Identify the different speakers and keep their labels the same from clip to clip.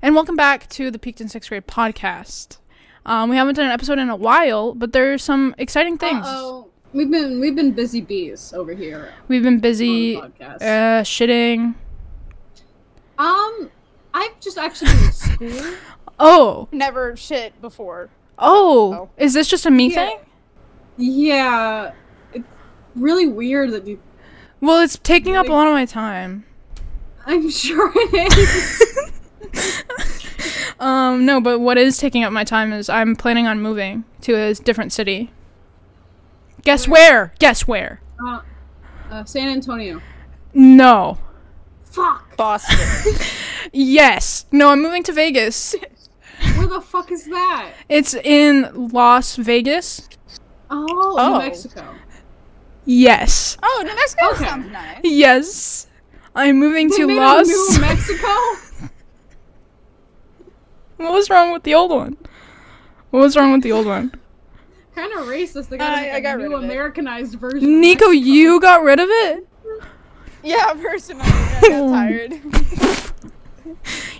Speaker 1: And welcome back to the Peaked in Sixth Grade podcast. Um, we haven't done an episode in a while, but there are some exciting things.
Speaker 2: Uh-oh. We've been we've been busy bees over here.
Speaker 1: We've been
Speaker 2: on the
Speaker 1: busy uh,
Speaker 2: podcast.
Speaker 1: shitting.
Speaker 2: um, I've just actually been in school.
Speaker 1: Oh,
Speaker 3: Never shit before.
Speaker 1: oh, is this just a me
Speaker 2: Yeah.
Speaker 1: thing?
Speaker 2: Yeah, it's really weird that you.
Speaker 1: Well, it's taking up a
Speaker 2: Like-
Speaker 1: lot of my time.
Speaker 2: I'm sure it is.
Speaker 1: Um, no, but what is taking up my time is I'm planning on moving to a different city. Guess where? Guess where?
Speaker 2: uh, uh, San Antonio.
Speaker 1: No.
Speaker 2: Fuck.
Speaker 3: Boston.
Speaker 1: Yes. No, I'm moving to Vegas.
Speaker 2: Where the fuck is that?
Speaker 1: It's in Las Vegas.
Speaker 2: Oh,
Speaker 3: Oh.
Speaker 2: New Mexico.
Speaker 1: Yes.
Speaker 3: oh, New Mexico
Speaker 2: Okay.
Speaker 3: sounds nice.
Speaker 1: Yes. I'm moving
Speaker 2: They
Speaker 1: to
Speaker 2: made a
Speaker 1: Las.
Speaker 2: New Mexico.
Speaker 1: what was wrong with the old one? What was wrong with the old one?
Speaker 2: kind of racist. They got
Speaker 3: I-
Speaker 2: like,
Speaker 3: I got
Speaker 2: a
Speaker 3: rid
Speaker 2: new
Speaker 3: of it.
Speaker 2: Americanized version.
Speaker 1: Nico, you got rid of it?
Speaker 3: Yeah, personally, I got tired.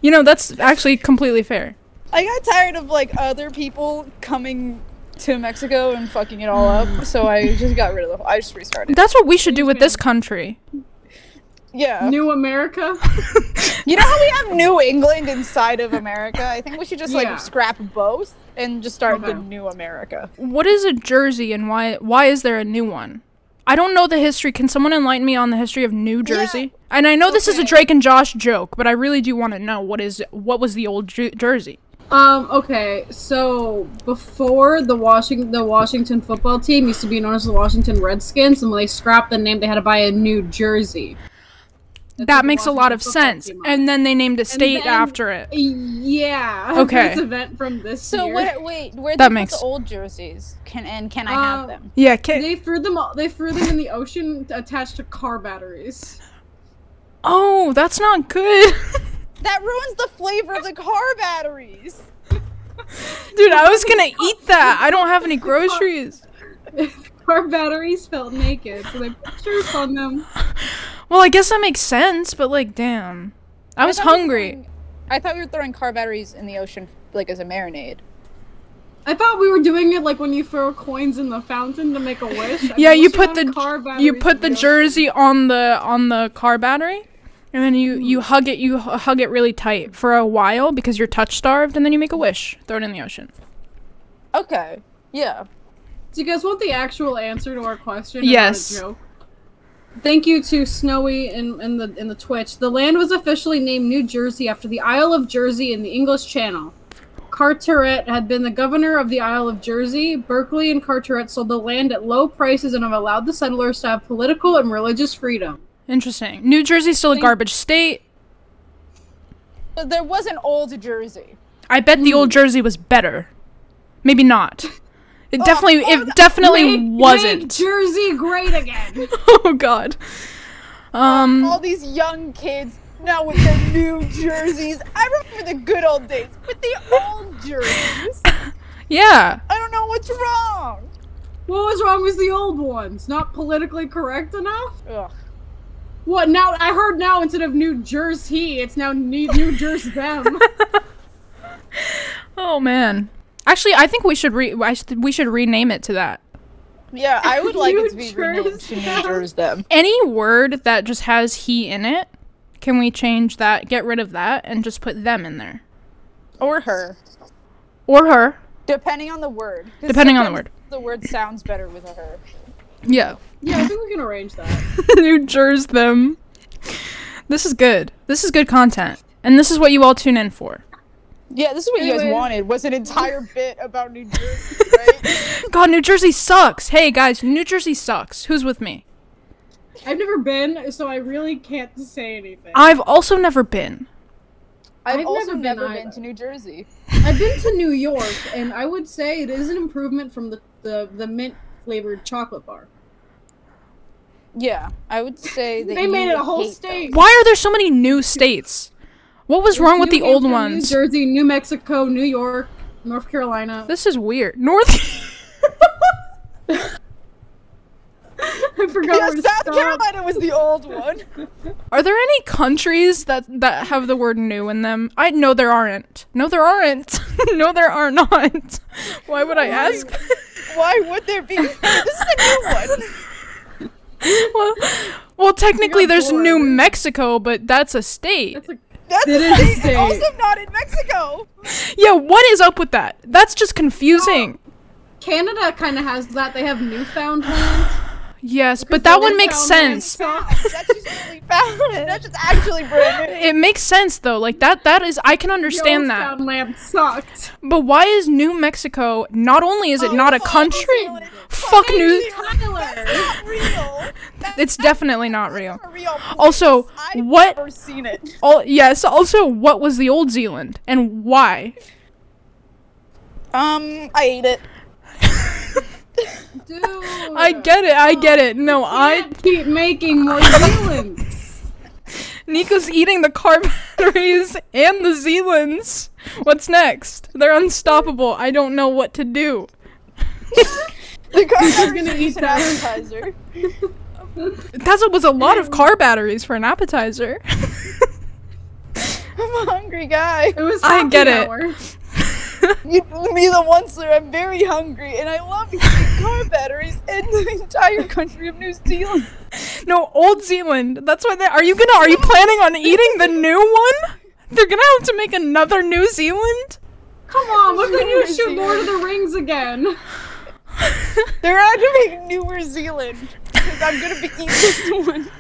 Speaker 1: You know, that's actually completely fair.
Speaker 3: I got tired of like other people coming to Mexico and fucking it all up, so I just got rid of the. I just restarted.
Speaker 1: That's what we should do with this country.
Speaker 3: Yeah.
Speaker 2: New America.
Speaker 3: You know how we have New England inside of America? I think we should just like
Speaker 2: Yeah.
Speaker 3: scrap both and just start the
Speaker 2: Okay.
Speaker 3: New America.
Speaker 1: What is a jersey and why why is there a new one? I don't know the history. Can someone enlighten me on the history of New Jersey? And I know this is a
Speaker 3: Okay.
Speaker 1: Drake and Josh joke, but I really do want to know what is what was the old Ju- Jersey?
Speaker 2: Um. Okay. So before the Washington, the Washington football team used to be known as the Washington Redskins, and when they scrapped the name, they had to buy a new jersey. That's what
Speaker 1: that
Speaker 2: the
Speaker 1: makes a lot
Speaker 2: Washington
Speaker 1: of
Speaker 2: football
Speaker 1: sense.
Speaker 2: team
Speaker 1: And then they named a state
Speaker 2: then-
Speaker 1: after it.
Speaker 2: Yeah.
Speaker 1: Okay.
Speaker 2: This event from this
Speaker 3: So
Speaker 2: year.
Speaker 3: where, wait, where
Speaker 1: That
Speaker 3: they
Speaker 1: makes-
Speaker 3: put the old jerseys? Can and can I
Speaker 2: Um,
Speaker 3: have them?
Speaker 1: Yeah, kid.
Speaker 2: They threw them. All, they threw them in the ocean attached to car batteries.
Speaker 1: Oh, that's not good.
Speaker 3: That ruins the flavor of the car batteries.
Speaker 1: Dude, I was gonna eat that. I don't have any groceries.
Speaker 2: car batteries felt naked, so they put shirts on them.
Speaker 1: Well, I guess that makes sense, but like, damn. I was
Speaker 3: thought we were
Speaker 1: hungry.
Speaker 3: throwing- I thought we were throwing car batteries in the ocean, like as a marinade.
Speaker 2: I thought we were doing it like when you throw coins in the fountain to make a wish. I
Speaker 1: Yeah,
Speaker 2: mean,
Speaker 1: you
Speaker 2: we should
Speaker 1: put
Speaker 2: have
Speaker 1: the you
Speaker 2: batteries in
Speaker 1: put the
Speaker 2: ocean.
Speaker 1: jersey on the on the car battery, and then you
Speaker 2: Hmm.
Speaker 1: you hug it you hu- hug it really tight for a while because you're touch starved, and then you make a wish, throw it in the ocean.
Speaker 3: Okay. Yeah.
Speaker 2: Do you guys want the actual answer to our question? and
Speaker 1: Yes.
Speaker 2: not a joke? Thank you to Snowy and in, the in the Twitch. The land was officially named New Jersey after the Isle of Jersey in the English Channel. Carteret had been the governor of the Isle of Jersey. Berkeley and Carteret sold the land at low prices and have allowed the settlers to have political and religious freedom.
Speaker 1: Interesting. New Jersey's still a garbage state.
Speaker 3: But there was an old Jersey.
Speaker 1: I bet the old
Speaker 2: Hmm.
Speaker 1: Jersey was better. Maybe not. It
Speaker 2: Oh,
Speaker 1: definitely it definitely
Speaker 2: Make- Make
Speaker 1: wasn't.
Speaker 2: Jersey great again.
Speaker 1: Oh god. Um
Speaker 2: Oh.
Speaker 3: All these young kids now with their new jerseys. I remember the good old days with the old jerseys.
Speaker 1: yeah.
Speaker 3: I don't know what's wrong.
Speaker 2: what was wrong with the old ones? Not politically correct enough?
Speaker 3: Ugh.
Speaker 2: What now? I heard now instead of New Jersey, it's now New, New Jersey them.
Speaker 1: Oh man. Actually, I think we should re I sh- we should rename it to that.
Speaker 3: Yeah, I would like it to be
Speaker 2: New
Speaker 3: renamed to
Speaker 2: Jersey.
Speaker 3: New Jersey. Them.
Speaker 1: Any word that just has he in it, can we change that? Get rid of that and just put them in there.
Speaker 3: Or her.
Speaker 1: Or her,
Speaker 3: Depending on the word. 'Cause
Speaker 1: Depending on the
Speaker 3: sometimes The word sounds better with a her.
Speaker 1: Yeah.
Speaker 2: yeah, I think we can arrange that.
Speaker 1: New Jersey them. This is good. This is good content. And this is what you all tune in for.
Speaker 3: Yeah, this is what you
Speaker 2: Anyway.
Speaker 3: guys wanted. Was an entire bit about New Jersey, right?
Speaker 1: God, New Jersey sucks. Hey guys, New Jersey sucks. Who's with me?
Speaker 2: I've never been, so I really can't say anything.
Speaker 1: I've also never been.
Speaker 3: I've,
Speaker 2: I've never
Speaker 3: also
Speaker 2: been
Speaker 3: never been
Speaker 2: either.
Speaker 3: to New Jersey.
Speaker 2: I've been to New York, and I would say it is an improvement from the the, the mint flavored chocolate bar.
Speaker 3: Yeah, I would say that
Speaker 2: They
Speaker 3: you
Speaker 2: made it
Speaker 3: would
Speaker 2: a whole
Speaker 3: hate
Speaker 2: state.
Speaker 1: Why are there so many new states? What was wrong with
Speaker 2: New
Speaker 1: the old
Speaker 2: Hampshire,
Speaker 1: ones?
Speaker 2: New Jersey, New Mexico, New York, North Carolina.
Speaker 1: This is weird. North
Speaker 2: I forgot.
Speaker 3: Yeah,
Speaker 2: where to
Speaker 3: South
Speaker 2: start.
Speaker 3: Carolina was the old one.
Speaker 1: Are there any countries that that have the word new in them? I no, there aren't. No, there aren't. no, there are not. Why would I ask?
Speaker 3: Why would there be? This is a new one.
Speaker 1: well, well, technically,
Speaker 2: You're
Speaker 1: there's
Speaker 2: bored.
Speaker 1: New Mexico, but that's a state.
Speaker 2: That's a-
Speaker 3: That's
Speaker 2: That
Speaker 3: a
Speaker 2: is a
Speaker 3: state.
Speaker 2: state.
Speaker 3: also not in Mexico.
Speaker 1: yeah, what is up with that? That's just confusing.
Speaker 2: Canada kind of has that. They have Newfoundland.
Speaker 1: Yes,
Speaker 2: Because
Speaker 1: but that
Speaker 2: they
Speaker 1: one makes
Speaker 2: found
Speaker 1: sense.
Speaker 3: That's just really found. That's just actually brand new.
Speaker 1: It makes sense though. Like that that is I can understand that.
Speaker 2: Newfoundland sucked.
Speaker 1: But why is New Mexico not only is it
Speaker 3: Oh,
Speaker 1: not a
Speaker 3: fuck
Speaker 1: country?
Speaker 3: New Zealand.
Speaker 1: Fuck
Speaker 3: Fuck
Speaker 1: New
Speaker 3: New
Speaker 2: Tyler.
Speaker 3: That's not real. That's
Speaker 1: It's definitely not real.
Speaker 3: not a real. place.
Speaker 1: Also,
Speaker 3: I've
Speaker 1: what-
Speaker 3: Never seen it.
Speaker 1: All yes, also what was the old Zealand and why?
Speaker 3: Um, I ate it.
Speaker 2: Dude.
Speaker 1: I get it. I get it. No, I
Speaker 2: Can't keep making more Zealands.
Speaker 1: Nico's eating the car batteries and the Zealands. What's next? They're unstoppable. I don't know what to do.
Speaker 3: The car was
Speaker 2: gonna
Speaker 3: gonna
Speaker 2: eat
Speaker 3: use an
Speaker 2: that.
Speaker 3: appetizer.
Speaker 1: That was a lot of car batteries for an appetizer.
Speaker 3: I'm a hungry guy.
Speaker 2: It was.
Speaker 1: I
Speaker 2: happy
Speaker 1: get it.
Speaker 2: hour.
Speaker 3: You, me the one sir, I'm very hungry and I love eating car batteries in the entire country of New Zealand.
Speaker 1: No, Old Zealand. That's why they are you gonna are you planning on eating the new one? They're gonna have to make another New Zealand?
Speaker 2: Come on, what if they
Speaker 3: New
Speaker 2: do shoot Lord of the Rings again?
Speaker 3: They're out to make Newer Zealand. Because I'm gonna be eating this one.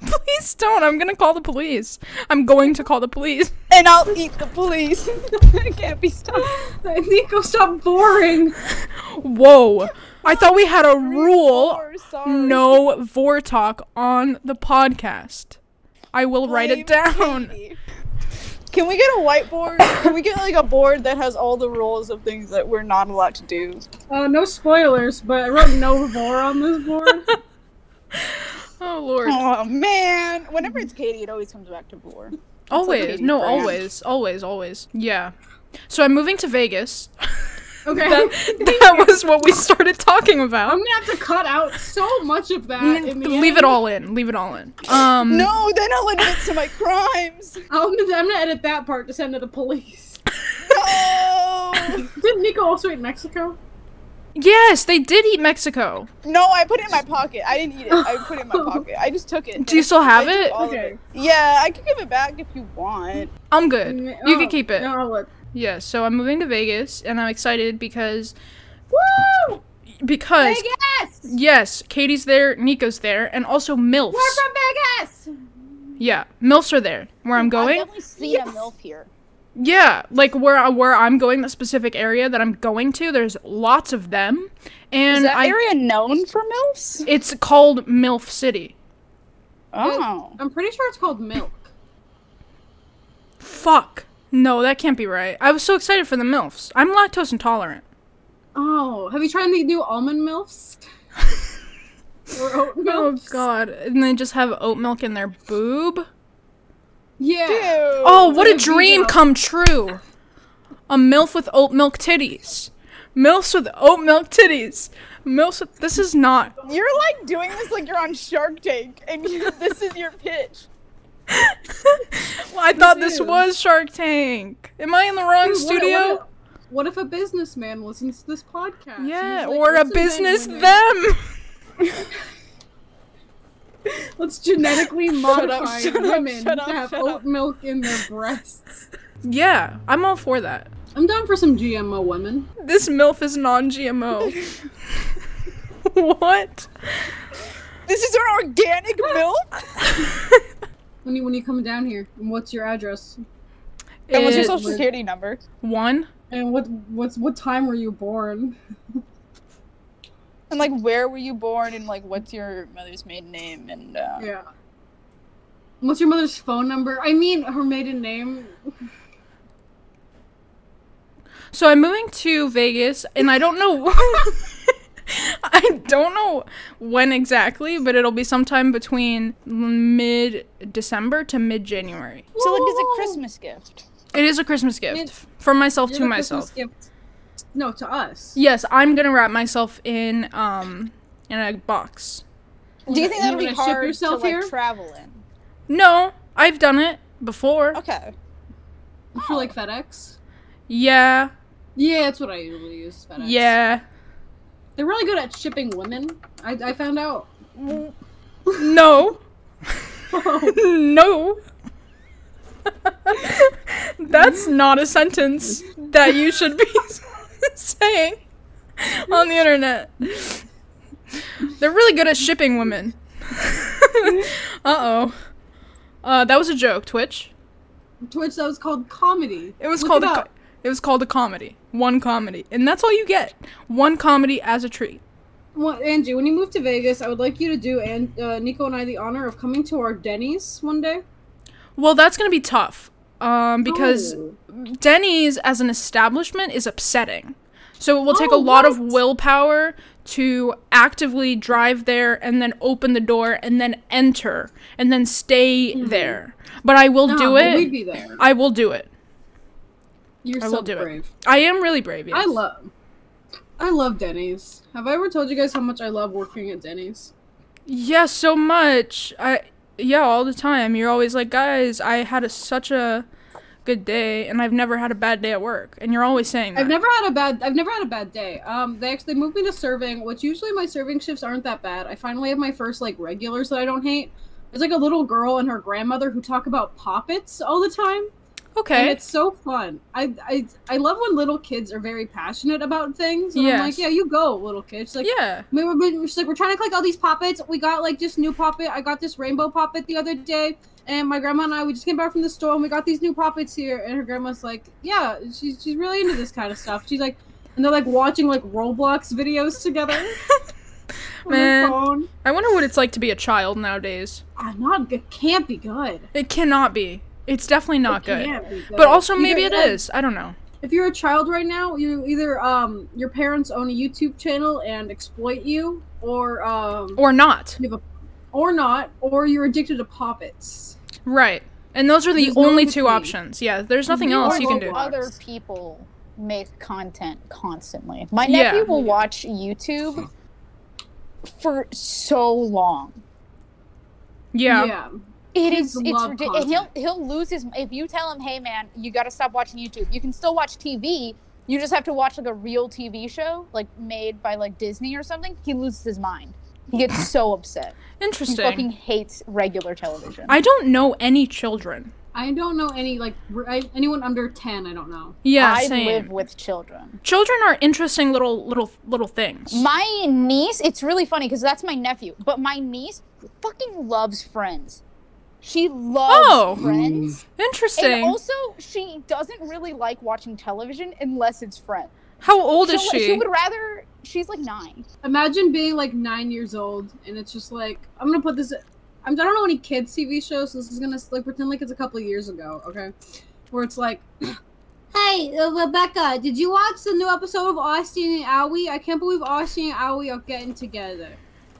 Speaker 1: Please don't. I'm gonna call the police. I'm going to call the police.
Speaker 3: And I'll eat the police. I can't be stopped.
Speaker 2: Nico, stop boring.
Speaker 1: Whoa. I thought we had a rule
Speaker 3: Or Oh, sorry.
Speaker 1: no Vortalk on the podcast. I will write it
Speaker 3: Blame
Speaker 1: down.
Speaker 3: Katie. Can we get a whiteboard? Can we get like a board that has all the rules of things that we're not allowed to do?
Speaker 2: Uh, no spoilers, but I wrote no vor on this board.
Speaker 1: Oh lord.
Speaker 3: Oh man. Whenever it's Katie, it always comes back to boar.
Speaker 1: Always.
Speaker 3: Katie
Speaker 1: No,
Speaker 3: brand.
Speaker 1: always. Always, always. Yeah. So I'm moving to Vegas.
Speaker 2: Okay.
Speaker 1: That, that was what we started talking about. Uh,
Speaker 2: I'm gonna have to cut out so much of that. in the
Speaker 1: leave
Speaker 2: end.
Speaker 1: it all in. Leave it all in. Um,
Speaker 3: No, then I'll admit to my crimes.
Speaker 2: I'll, I'm gonna edit that part to send to the police.
Speaker 3: No.
Speaker 2: Didn't Nico also eat Mexico?
Speaker 1: Yes, they did eat Mexico.
Speaker 3: No, I put it in my pocket. I didn't eat it. I put it in my pocket. I just took it.
Speaker 1: Do you still have
Speaker 3: I took
Speaker 1: it?
Speaker 3: all of
Speaker 2: Okay.
Speaker 3: it. Yeah, I could give it back if you want.
Speaker 1: I'm good.
Speaker 2: Mm,
Speaker 1: You
Speaker 2: oh,
Speaker 1: can keep it.
Speaker 2: No, I'll let-
Speaker 1: Yeah, so I'm moving to Vegas and I'm excited because
Speaker 2: Woo!
Speaker 1: because
Speaker 2: Vegas!
Speaker 1: yes, Katie's there, Nico's there, and also MILFs.
Speaker 2: We're from
Speaker 1: yeah, MILFs are there. Where I'm
Speaker 3: I've
Speaker 1: going?
Speaker 3: definitely seen a milf here.
Speaker 1: Yeah, like where I- where I'm going, the specific area that I'm going to, there's lots of them, and
Speaker 3: Is that
Speaker 1: I
Speaker 3: area known for milfs?
Speaker 1: it's called MILF City.
Speaker 3: Oh.
Speaker 2: I'm pretty sure it's called milk.
Speaker 1: Fuck. No, that can't be right. I was so excited for the MILFs. I'm lactose intolerant.
Speaker 2: Oh, have you tried the new almond milfs? or oat
Speaker 1: Oh
Speaker 2: milfs?
Speaker 1: god. And they just have oat milk in their boob.
Speaker 2: Yeah.
Speaker 1: Oh,
Speaker 2: it's
Speaker 1: what
Speaker 2: like
Speaker 1: a
Speaker 2: a
Speaker 1: dream
Speaker 2: vegan.
Speaker 1: come true. A MILF with oat milk titties. MILFs with oat milk titties. MILFs with, this is not
Speaker 3: You're like doing this like you're on Shark Tank and you, this is your pitch.
Speaker 1: Well, I thought this
Speaker 2: is.
Speaker 1: was Shark Tank. Am I in the wrong
Speaker 2: Dude, what-
Speaker 1: studio?
Speaker 2: What, what if a businessman listens to this podcast? and
Speaker 1: yeah,
Speaker 2: he's like,
Speaker 1: or a
Speaker 2: "Listen, then,
Speaker 1: business
Speaker 2: women,
Speaker 1: them.
Speaker 2: Let's genetically
Speaker 3: Shut up,
Speaker 2: modify
Speaker 3: shut up,
Speaker 2: women
Speaker 3: shut up,
Speaker 2: to have
Speaker 3: shut
Speaker 2: oat
Speaker 3: up.
Speaker 2: milk in their breasts.
Speaker 1: Yeah, I'm all for that.
Speaker 2: I'm down for some GMO women.
Speaker 1: This MILF is non-GMO. what?
Speaker 3: This is an organic milk?
Speaker 2: When you when you come down here, and what's your address?
Speaker 3: And what's your
Speaker 1: It-
Speaker 3: social security number?
Speaker 1: One.
Speaker 2: And what what's what time were you born?
Speaker 3: And like where were you born and like what's your mother's maiden name and uh,
Speaker 2: Yeah. What's your mother's phone number? I mean, her maiden name.
Speaker 1: So I'm moving to Vegas, and I don't know. I don't know when exactly, but it'll be sometime between mid December to mid January.
Speaker 3: So like it's
Speaker 2: Whoa.
Speaker 3: a Christmas gift.
Speaker 1: It is a Christmas gift from myself
Speaker 2: You're
Speaker 1: to
Speaker 2: the Christmas
Speaker 1: myself.
Speaker 2: gift- No, to us.
Speaker 1: Yes, I'm gonna wrap myself in um in a box
Speaker 3: Do you think
Speaker 2: You
Speaker 3: that'll be
Speaker 2: wanna ship
Speaker 3: hard
Speaker 2: yourself
Speaker 3: to like
Speaker 2: here?
Speaker 3: travel in?
Speaker 1: No, I've done it before.
Speaker 3: Okay.
Speaker 2: for like FedEx.
Speaker 1: Yeah,
Speaker 2: Yeah, that's what I usually use. FedEx.
Speaker 1: yeah.
Speaker 2: they're really good at shipping women. I, I found out.
Speaker 1: No, no. That's not a sentence that you should be saying on the internet. They're really good at shipping women. uh oh. Uh, that was a joke, Twitch.
Speaker 2: Twitch that was called comedy.
Speaker 1: It was
Speaker 2: Look
Speaker 1: called
Speaker 2: it
Speaker 1: a
Speaker 2: up.
Speaker 1: co- it was called a comedy. One comedy, and that's all you get. One comedy as a treat.
Speaker 2: Well, Angie, when you move to Vegas, I would like you to do and uh, Nico and I the honor of coming to our Denny's one day.
Speaker 1: Well, that's gonna be tough, um, because
Speaker 2: Oh.
Speaker 1: Denny's as an establishment is upsetting. So it will take
Speaker 2: Oh,
Speaker 1: a lot of
Speaker 2: what?
Speaker 1: willpower to actively drive there and then open the door and then enter and then stay there. But I will
Speaker 2: Mm-hmm. No,
Speaker 1: do
Speaker 2: but We'd
Speaker 1: it.
Speaker 2: be there.
Speaker 1: I will do it.
Speaker 2: You're
Speaker 1: I
Speaker 2: so
Speaker 1: will do it.
Speaker 2: brave.
Speaker 1: I am really brave. Yes.
Speaker 2: I love, I love Denny's. Have I ever told you guys how much I love working at Denny's?
Speaker 1: Yeah, so much. I yeah, all the time. You're always like, guys, I had a, such a good day, and I've never had a bad day at work. And you're always saying that.
Speaker 2: I've never had a bad. I've never had a bad day. Um, they actually moved me to serving, which usually my serving shifts aren't that bad. I finally have my first like regulars that I don't hate. There's like a little girl and her grandmother who talk about poppets all the time. And
Speaker 1: okay.
Speaker 2: it's so fun. I, I I love when little kids are very passionate about things. And I'm like,
Speaker 1: Yes.
Speaker 2: yeah, you go, little kid. She's like,
Speaker 1: yeah.
Speaker 2: we were, we were- she's like, we're trying to collect all these poppets. We got like just new poppet. I got this rainbow poppet the other day, and my grandma and I we just came back from the store and we got these new poppets here. And her grandma's like, yeah, she's she's really into this kind of stuff. She's like, and they're like watching like Roblox videos together. on their
Speaker 1: Man.
Speaker 2: phone.
Speaker 1: I wonder what it's like to be a child nowadays.
Speaker 2: Ah, not it can't be good.
Speaker 1: It cannot be. It's definitely not good.
Speaker 2: Can't be good.
Speaker 1: But also
Speaker 2: Either-
Speaker 1: maybe it
Speaker 2: um,
Speaker 1: is. I don't know.
Speaker 2: If you're a child right now, you either um your parents own a YouTube channel and exploit you, or um
Speaker 1: Or not.
Speaker 2: you have a, or not, or you're addicted to poppets.
Speaker 1: Right. And those are the
Speaker 2: There's no
Speaker 1: only
Speaker 2: in
Speaker 1: two
Speaker 2: between.
Speaker 1: options. Yeah, there's nothing
Speaker 2: You
Speaker 1: else
Speaker 2: are
Speaker 1: Oh, you can do.
Speaker 2: mobile.
Speaker 3: Other people make content constantly. My
Speaker 1: Yeah.
Speaker 3: nephew will watch YouTube for so long.
Speaker 1: Yeah.
Speaker 3: It
Speaker 2: Kids
Speaker 3: is. It's
Speaker 2: love
Speaker 3: ridiculous. And he'll he'll lose his. If you tell him, "Hey, man, you got to stop watching YouTube. You can still watch TV. You just have to watch like a real TV show, like made by like Disney or something." He loses his mind. He gets so upset. He fucking
Speaker 1: Interesting.
Speaker 3: hates regular television.
Speaker 1: I don't know any children.
Speaker 2: I don't know any like r I anyone under ten. I don't know.
Speaker 1: Yeah,
Speaker 3: I
Speaker 1: same.
Speaker 3: live with children.
Speaker 1: Children are interesting little little little things.
Speaker 3: My niece, it's really funny because that's my nephew, but my niece fucking loves Friends. She loves
Speaker 1: Oh.
Speaker 3: Friends.
Speaker 1: Interesting.
Speaker 3: And also, she doesn't really like watching television unless it's Friends.
Speaker 1: How old is
Speaker 3: She'll-
Speaker 1: she?
Speaker 3: would rather. She's like nine.
Speaker 2: Imagine being like nine years old and it's just like I'm gonna put this. I'm, I don't know any kids TV shows, so this is gonna like pretend like it's a couple years ago. Okay, where it's like. Hey, uh, Rebecca, did you watch the new episode of Austin and Owie? I can't believe Austin and Owie are getting together.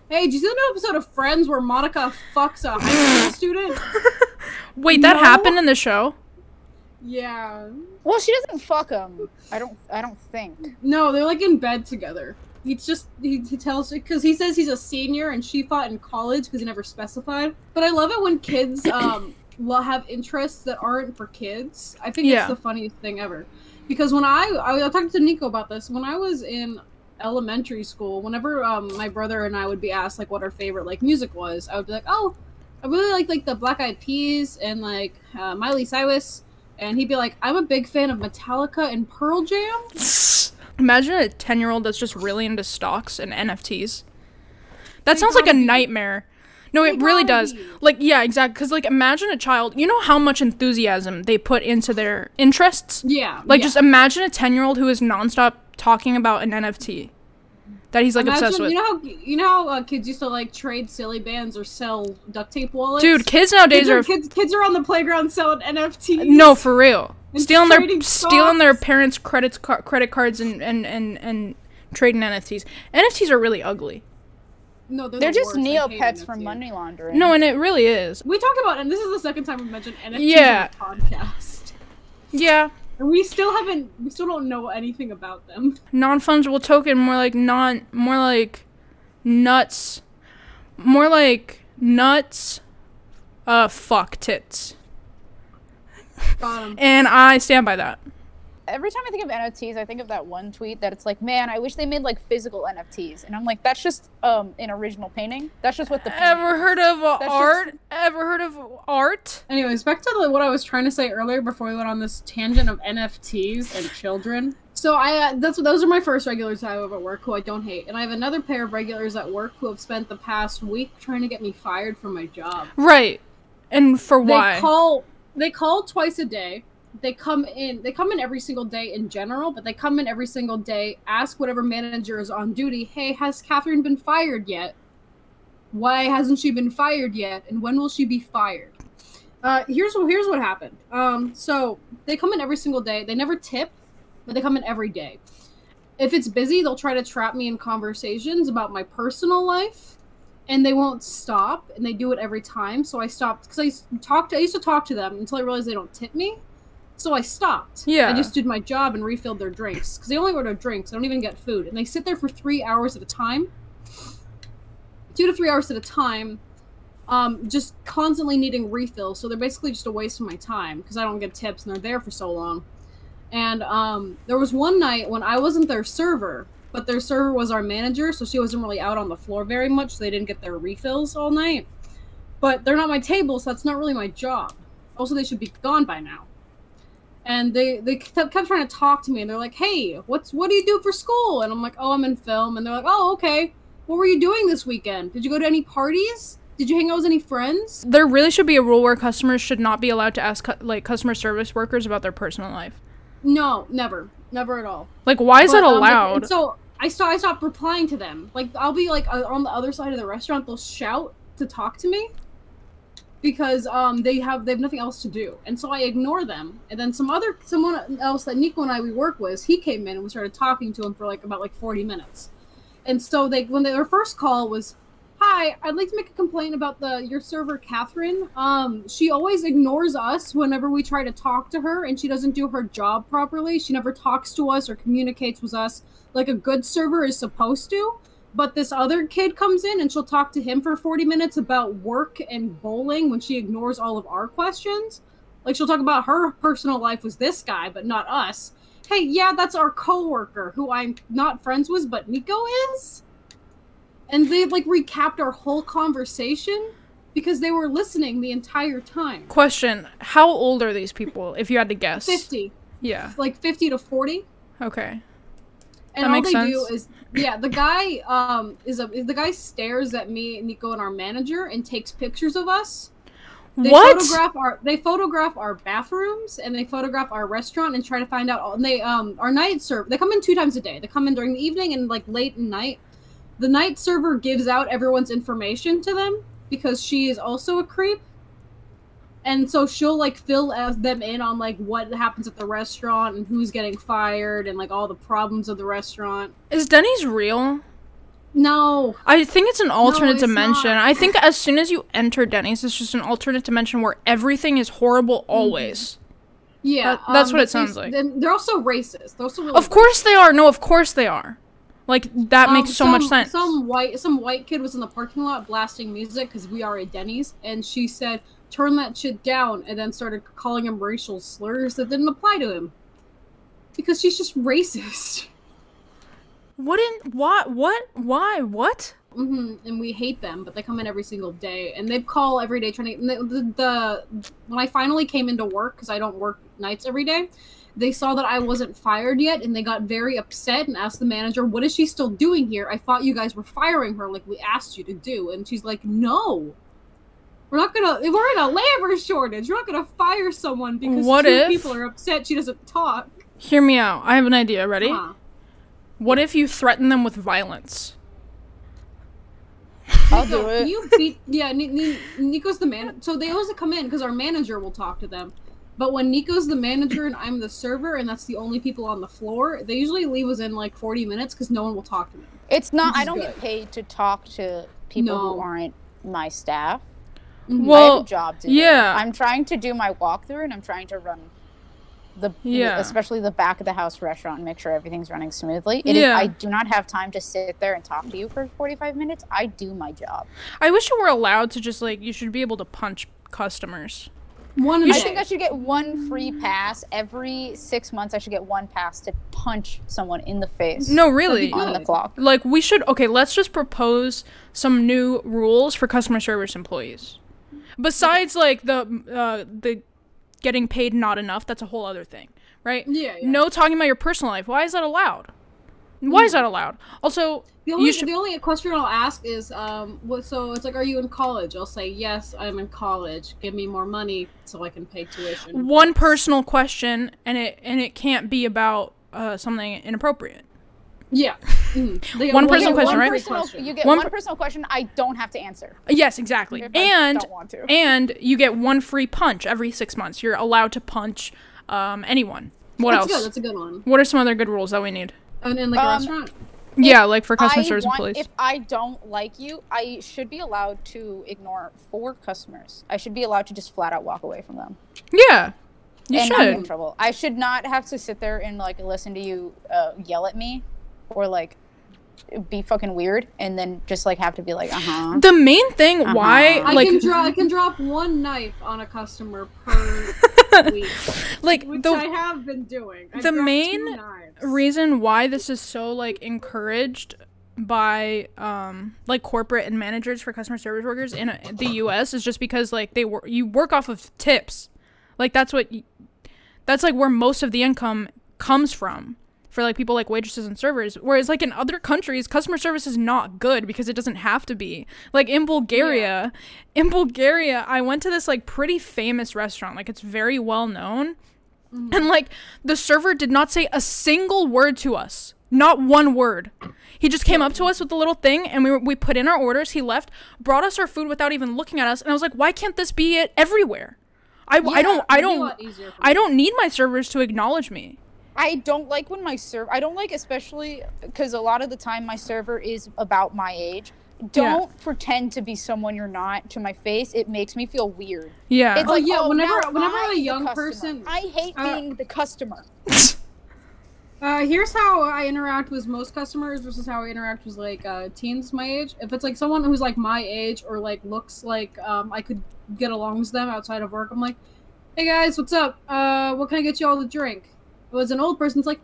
Speaker 2: Hey, did you see the new episode of Friends where Monica fucks a high school student?
Speaker 1: Wait, that
Speaker 2: No.
Speaker 1: happened in the show?
Speaker 2: Yeah.
Speaker 3: Well, she doesn't fuck him. I don't. I don't think.
Speaker 2: No, they're like in bed together. He's just he, he tells because he says he's a senior and she fought in college because he never specified. But I love it when kids um lo- have interests that aren't for kids. I think
Speaker 1: Yeah.
Speaker 2: it's the funniest thing ever. Because when I I, I talked to Nico about this when I was in elementary school, whenever um my brother and I would be asked like what our favorite like music was, I would be like, oh, I really like like the Black Eyed Peas and like uh, Miley Cyrus. And he'd be like, I'm a big fan of Metallica and Pearl Jam.
Speaker 1: Imagine a 10 year old that's just really into stocks and NFTs. That
Speaker 2: They
Speaker 1: sounds like a
Speaker 2: gotta be.
Speaker 1: nightmare. No, it
Speaker 2: They
Speaker 1: really
Speaker 2: gotta
Speaker 1: does.
Speaker 2: be.
Speaker 1: Like, yeah, exactly. Because, like, imagine a child, you know how much enthusiasm they put into their interests?
Speaker 2: Yeah.
Speaker 1: Like,
Speaker 2: yeah.
Speaker 1: just imagine a 10 year old who is nonstop talking about an NFT that he's, like, obsessed with.
Speaker 2: You know how you know how uh, kids used to like trade silly bands or sell duct tape wallets.
Speaker 1: Dude, kids nowadays
Speaker 2: kids are,
Speaker 1: are.
Speaker 2: kids, kids are on the playground selling NFTs.
Speaker 1: no, for real.
Speaker 2: And
Speaker 1: Stealing their
Speaker 2: trading
Speaker 1: stealing their parents' credits car- credit cards and, and, and, and trading NFTs. NFTs are really ugly.
Speaker 2: no, they're,
Speaker 3: They're
Speaker 2: the
Speaker 3: just
Speaker 2: worst. I hate
Speaker 3: neopets from
Speaker 2: NFTs.
Speaker 3: money laundering.
Speaker 1: No, and it really is.
Speaker 2: We talk about, and this is the second time we've mentioned NFTs
Speaker 1: Yeah.
Speaker 2: on the podcast,
Speaker 1: Yeah.
Speaker 2: and we still haven't, we still don't know anything about them.
Speaker 1: non fungible token, more like non, more like nuts. More like nuts, uh, fuck tits.
Speaker 2: Bottom.
Speaker 1: And I stand by that.
Speaker 3: Every time I think of NFTs, I think of that one tweet that it's like, man, I wish they made like physical NFTs, and I'm like, that's just um an original painting. That's just what the painting
Speaker 1: Ever heard of uh,
Speaker 3: just-
Speaker 1: art? Ever heard of art?
Speaker 2: Anyways, back to the, what I was trying to say earlier before we went on this tangent of NFTs and children. So I uh, that's those are my first regulars I have at work who I don't hate, and I have another pair of regulars at work who have spent the past week trying to get me fired from my job.
Speaker 1: Right. And for
Speaker 2: They
Speaker 1: why?
Speaker 2: call they call twice a day. They come in they come in every single day in general, but they come in every single day, ask whatever manager is on duty, hey, has Catherine been fired yet? Why hasn't she been fired yet? And when will she be fired? Uh, here's what here's what happened. Um, so they come in every single day. They never tip, but they come in every day. If it's busy, they'll try to trap me in conversations about my personal life and they won't stop and they do it every time so i stopped because i s- talked i used to talk to them until i realized they don't tip me so i stopped
Speaker 1: Yeah.
Speaker 2: i just did my job and refilled their drinks because they only order drinks they don't even get food and they sit there for three hours at a time two to three hours at a time um, just constantly needing refills so they're basically just a waste of my time because i don't get tips and they're there for so long and um, there was one night when I wasn't their server, but their server was our manager, so she wasn't really out on the floor very much. So they didn't get their refills all night. But they're not my table, so that's not really my job. Also, they should be gone by now. And they they kept, kept trying to talk to me, and they're like, "Hey, what's what do you do for school?" And I'm like, "Oh, I'm in film." And they're like, "Oh, okay. What were you doing this weekend? Did you go to any parties? Did you hang out with any friends?"
Speaker 1: there really should be a rule where customers should not be allowed to ask cu- like customer service workers about their personal life.
Speaker 2: No, never, never at all.
Speaker 1: Like why is
Speaker 2: But,
Speaker 1: that
Speaker 2: um, like,
Speaker 1: allowed?
Speaker 2: and so I saw I stopped replying to them. Like I'll be like uh, on the other side of the restaurant, they'll shout to talk to me because um they have they have nothing else to do, and so I ignore them. And then some other someone else that Nico and I we work with, he came in and we started talking to him for like about like forty minutes. And so they when their first call was, "Hi, I'd like to make a complaint about the your server Catherine. Um, she always ignores us whenever we try to talk to her, and she doesn't do her job properly. She never talks to us or communicates with us like a good server is supposed to." But this other kid comes in and she'll talk to him for 40 minutes about work and bowling when she ignores all of our questions. Like she'll talk about her personal life with this guy, but not us. Hey, yeah, that's our coworker who I'm not friends with, but Nico is. And they like recapped our whole conversation because they were listening the entire time.
Speaker 1: Question: How old are these people? If you had to guess.
Speaker 2: 50,
Speaker 1: Yeah.
Speaker 2: like 50 to 40.
Speaker 1: Okay.
Speaker 2: and
Speaker 1: That
Speaker 2: all
Speaker 1: makes
Speaker 2: they do
Speaker 1: sense.
Speaker 2: is yeah the guy um is a the guy stares at me nico and our manager and takes pictures of us they
Speaker 1: what?
Speaker 2: photograph our they photograph our bathrooms and they photograph our restaurant and try to find out all and they um our night server they come in two times a day they come in during the evening and like late at night the night server gives out everyone's information to them because she is also a creep and so she'll like fill as- them in on like what happens at the restaurant and who's getting fired and like all the problems of the restaurant
Speaker 1: is Denny's real?
Speaker 2: no
Speaker 1: I think it's an alternate
Speaker 2: it's
Speaker 1: dimension.
Speaker 2: not.
Speaker 1: I think as soon as you enter Denny's, it's just an alternate dimension where everything is
Speaker 2: Mm-hmm.
Speaker 1: horrible always.
Speaker 2: yeah
Speaker 1: That- that's what it
Speaker 2: they-
Speaker 1: sounds like.
Speaker 2: then they're also racist they're also really
Speaker 1: Of course they are. No, of course they are. Like that
Speaker 2: Um,
Speaker 1: makes so much
Speaker 2: Oh, some-
Speaker 1: sense.
Speaker 2: Some white some white kid was in the parking lot blasting music because we are at Denny's, and she said, "Turn that shit down," and then started calling him racial slurs that didn't apply to him because she's just racist.
Speaker 1: Wouldn't why what why what?
Speaker 2: hmm And we hate them, but they come in every single day, and they call every day trying to. and The, the, the when I finally came into work because I don't work nights every day, they saw that I wasn't fired yet, and they got very upset and asked the manager, "What is she still doing here? I thought you guys were firing her, like we asked you to do." And she's like, "No." We're not gonna. We're in a labor shortage. We're not gonna fire someone because
Speaker 1: What
Speaker 2: two
Speaker 1: if-
Speaker 2: people are upset she doesn't talk.
Speaker 1: Hear me out. I have an idea. Ready?
Speaker 2: Huh.
Speaker 1: What if you threaten them with violence?
Speaker 3: I'll
Speaker 2: Nico,
Speaker 3: do it.
Speaker 2: You beat yeah. Ni- Ni- Nico's the man. So they always come in because our manager will talk to them. But when Nico's the manager and I'm the server, and that's the only people on the floor, they usually leave within like 40 minutes because no one will talk to them.
Speaker 3: It's not.
Speaker 2: Which
Speaker 3: I
Speaker 2: is
Speaker 3: don't
Speaker 2: good.
Speaker 3: get paid to talk to people who
Speaker 2: No. Mm-hmm.
Speaker 3: aren't my staff.
Speaker 1: Well,
Speaker 3: I have a job to do.
Speaker 1: yeah.
Speaker 3: I'm trying to do my walkthrough and I'm trying to run the
Speaker 1: Yeah.
Speaker 3: especially the back of the house restaurant and make sure everything's running smoothly. It is-
Speaker 1: Yeah.
Speaker 3: I do not have time to sit there and talk to you for 45 minutes. I do my job.
Speaker 1: I wish you were allowed to just like you should be able to punch customers.
Speaker 2: One
Speaker 1: You
Speaker 2: of
Speaker 3: I
Speaker 1: should-
Speaker 3: think I should get one free pass every 6 months. I should get one pass to punch someone in the face.
Speaker 1: No, really.
Speaker 3: on the
Speaker 2: good.
Speaker 3: clock.
Speaker 1: Like we should okay, let's just propose some new rules for customer service employees. Besides like the uh the getting paid not enough, that's a whole other thing, right?
Speaker 2: Yeah, yeah.
Speaker 1: No talking about your personal life. Why is that allowed? Why is that allowed? Also,
Speaker 2: The only,
Speaker 1: you should
Speaker 2: the only question I'll ask is, um, what, so it's like, are you in college? I'll say, yes, I'm in college. Give me more money so I can pay tuition.
Speaker 1: one personal question and it and it can't be about uh, something inappropriate.
Speaker 2: Yeah. Mhm. They get
Speaker 1: One
Speaker 3: You
Speaker 1: personal
Speaker 3: get
Speaker 1: question,
Speaker 3: one
Speaker 1: right?
Speaker 3: personal, You get
Speaker 1: One
Speaker 3: one,
Speaker 1: per-
Speaker 3: personal question I don't have to answer.
Speaker 1: Yes, exactly.
Speaker 3: If I
Speaker 1: and
Speaker 3: don't want to.
Speaker 1: and you get one free punch every six months. You're allowed to punch um, anyone. What
Speaker 2: That's
Speaker 1: else?
Speaker 2: good. That's a good one.
Speaker 1: what are some other good rules that we need?
Speaker 2: And in like a
Speaker 3: Um,
Speaker 2: restaurant.
Speaker 1: yeah, like for customer
Speaker 3: I
Speaker 1: service
Speaker 3: want-
Speaker 1: employees.
Speaker 3: If I don't like you, I should be allowed to ignore four customers. I should be allowed to just flat out walk away from them
Speaker 1: yeah, you
Speaker 3: and not get in
Speaker 1: should.
Speaker 3: trouble. I should not have to sit there and like listen to you uh, yell at me or like be fucking weird and then just like have to be like, uh huh.
Speaker 1: The main thing why
Speaker 2: I
Speaker 1: like
Speaker 2: can draw. I can drop one knife on a customer per week,
Speaker 1: like
Speaker 2: which
Speaker 1: the
Speaker 2: I have been doing. I
Speaker 1: the
Speaker 2: dropped two
Speaker 1: main
Speaker 2: knives.
Speaker 1: reason why this is so like encouraged by um like corporate and managers for customer service workers in uh, the US is just because like they work you work off of tips. Like that's what y- that's like where most of the income comes from for like people like waitresses and servers whereas like in other countries customer service is not good because it doesn't have to be like in bulgaria in bulgaria i went to this like pretty famous restaurant like it's very well known and like the server did not say a single word to us. Not one word. He just came up to us with a little thing and we were, we put in our orders. He left, brought us our food without even looking at us. And I was like, "Why can't this be it everywhere?" I, I
Speaker 2: Yeah,
Speaker 1: don't
Speaker 2: it'd be
Speaker 1: I
Speaker 2: a
Speaker 1: don't
Speaker 2: lot easier for
Speaker 1: I don't need my servers to acknowledge me.
Speaker 3: I don't like when my server. I don't like especially because a lot of the time my server is about my age. Don't pretend to be someone you're not to my face. It makes me feel weird.
Speaker 1: Yeah.
Speaker 3: It's like
Speaker 2: yeah,
Speaker 3: oh,
Speaker 2: whenever-
Speaker 3: now
Speaker 2: whenever
Speaker 3: I'm
Speaker 2: a
Speaker 3: the
Speaker 2: young
Speaker 3: customer.
Speaker 2: person-
Speaker 3: I hate
Speaker 2: uh,
Speaker 3: being the customer.
Speaker 2: Uh, here's how I interact with most customers versus how I interact with like uh, teens my age. If it's like someone who's like my age or like looks like um, I could get along with them outside of work, I'm like, "Hey guys, what's up? Uh, what can I get you all to drink?" It was an old person. It's like,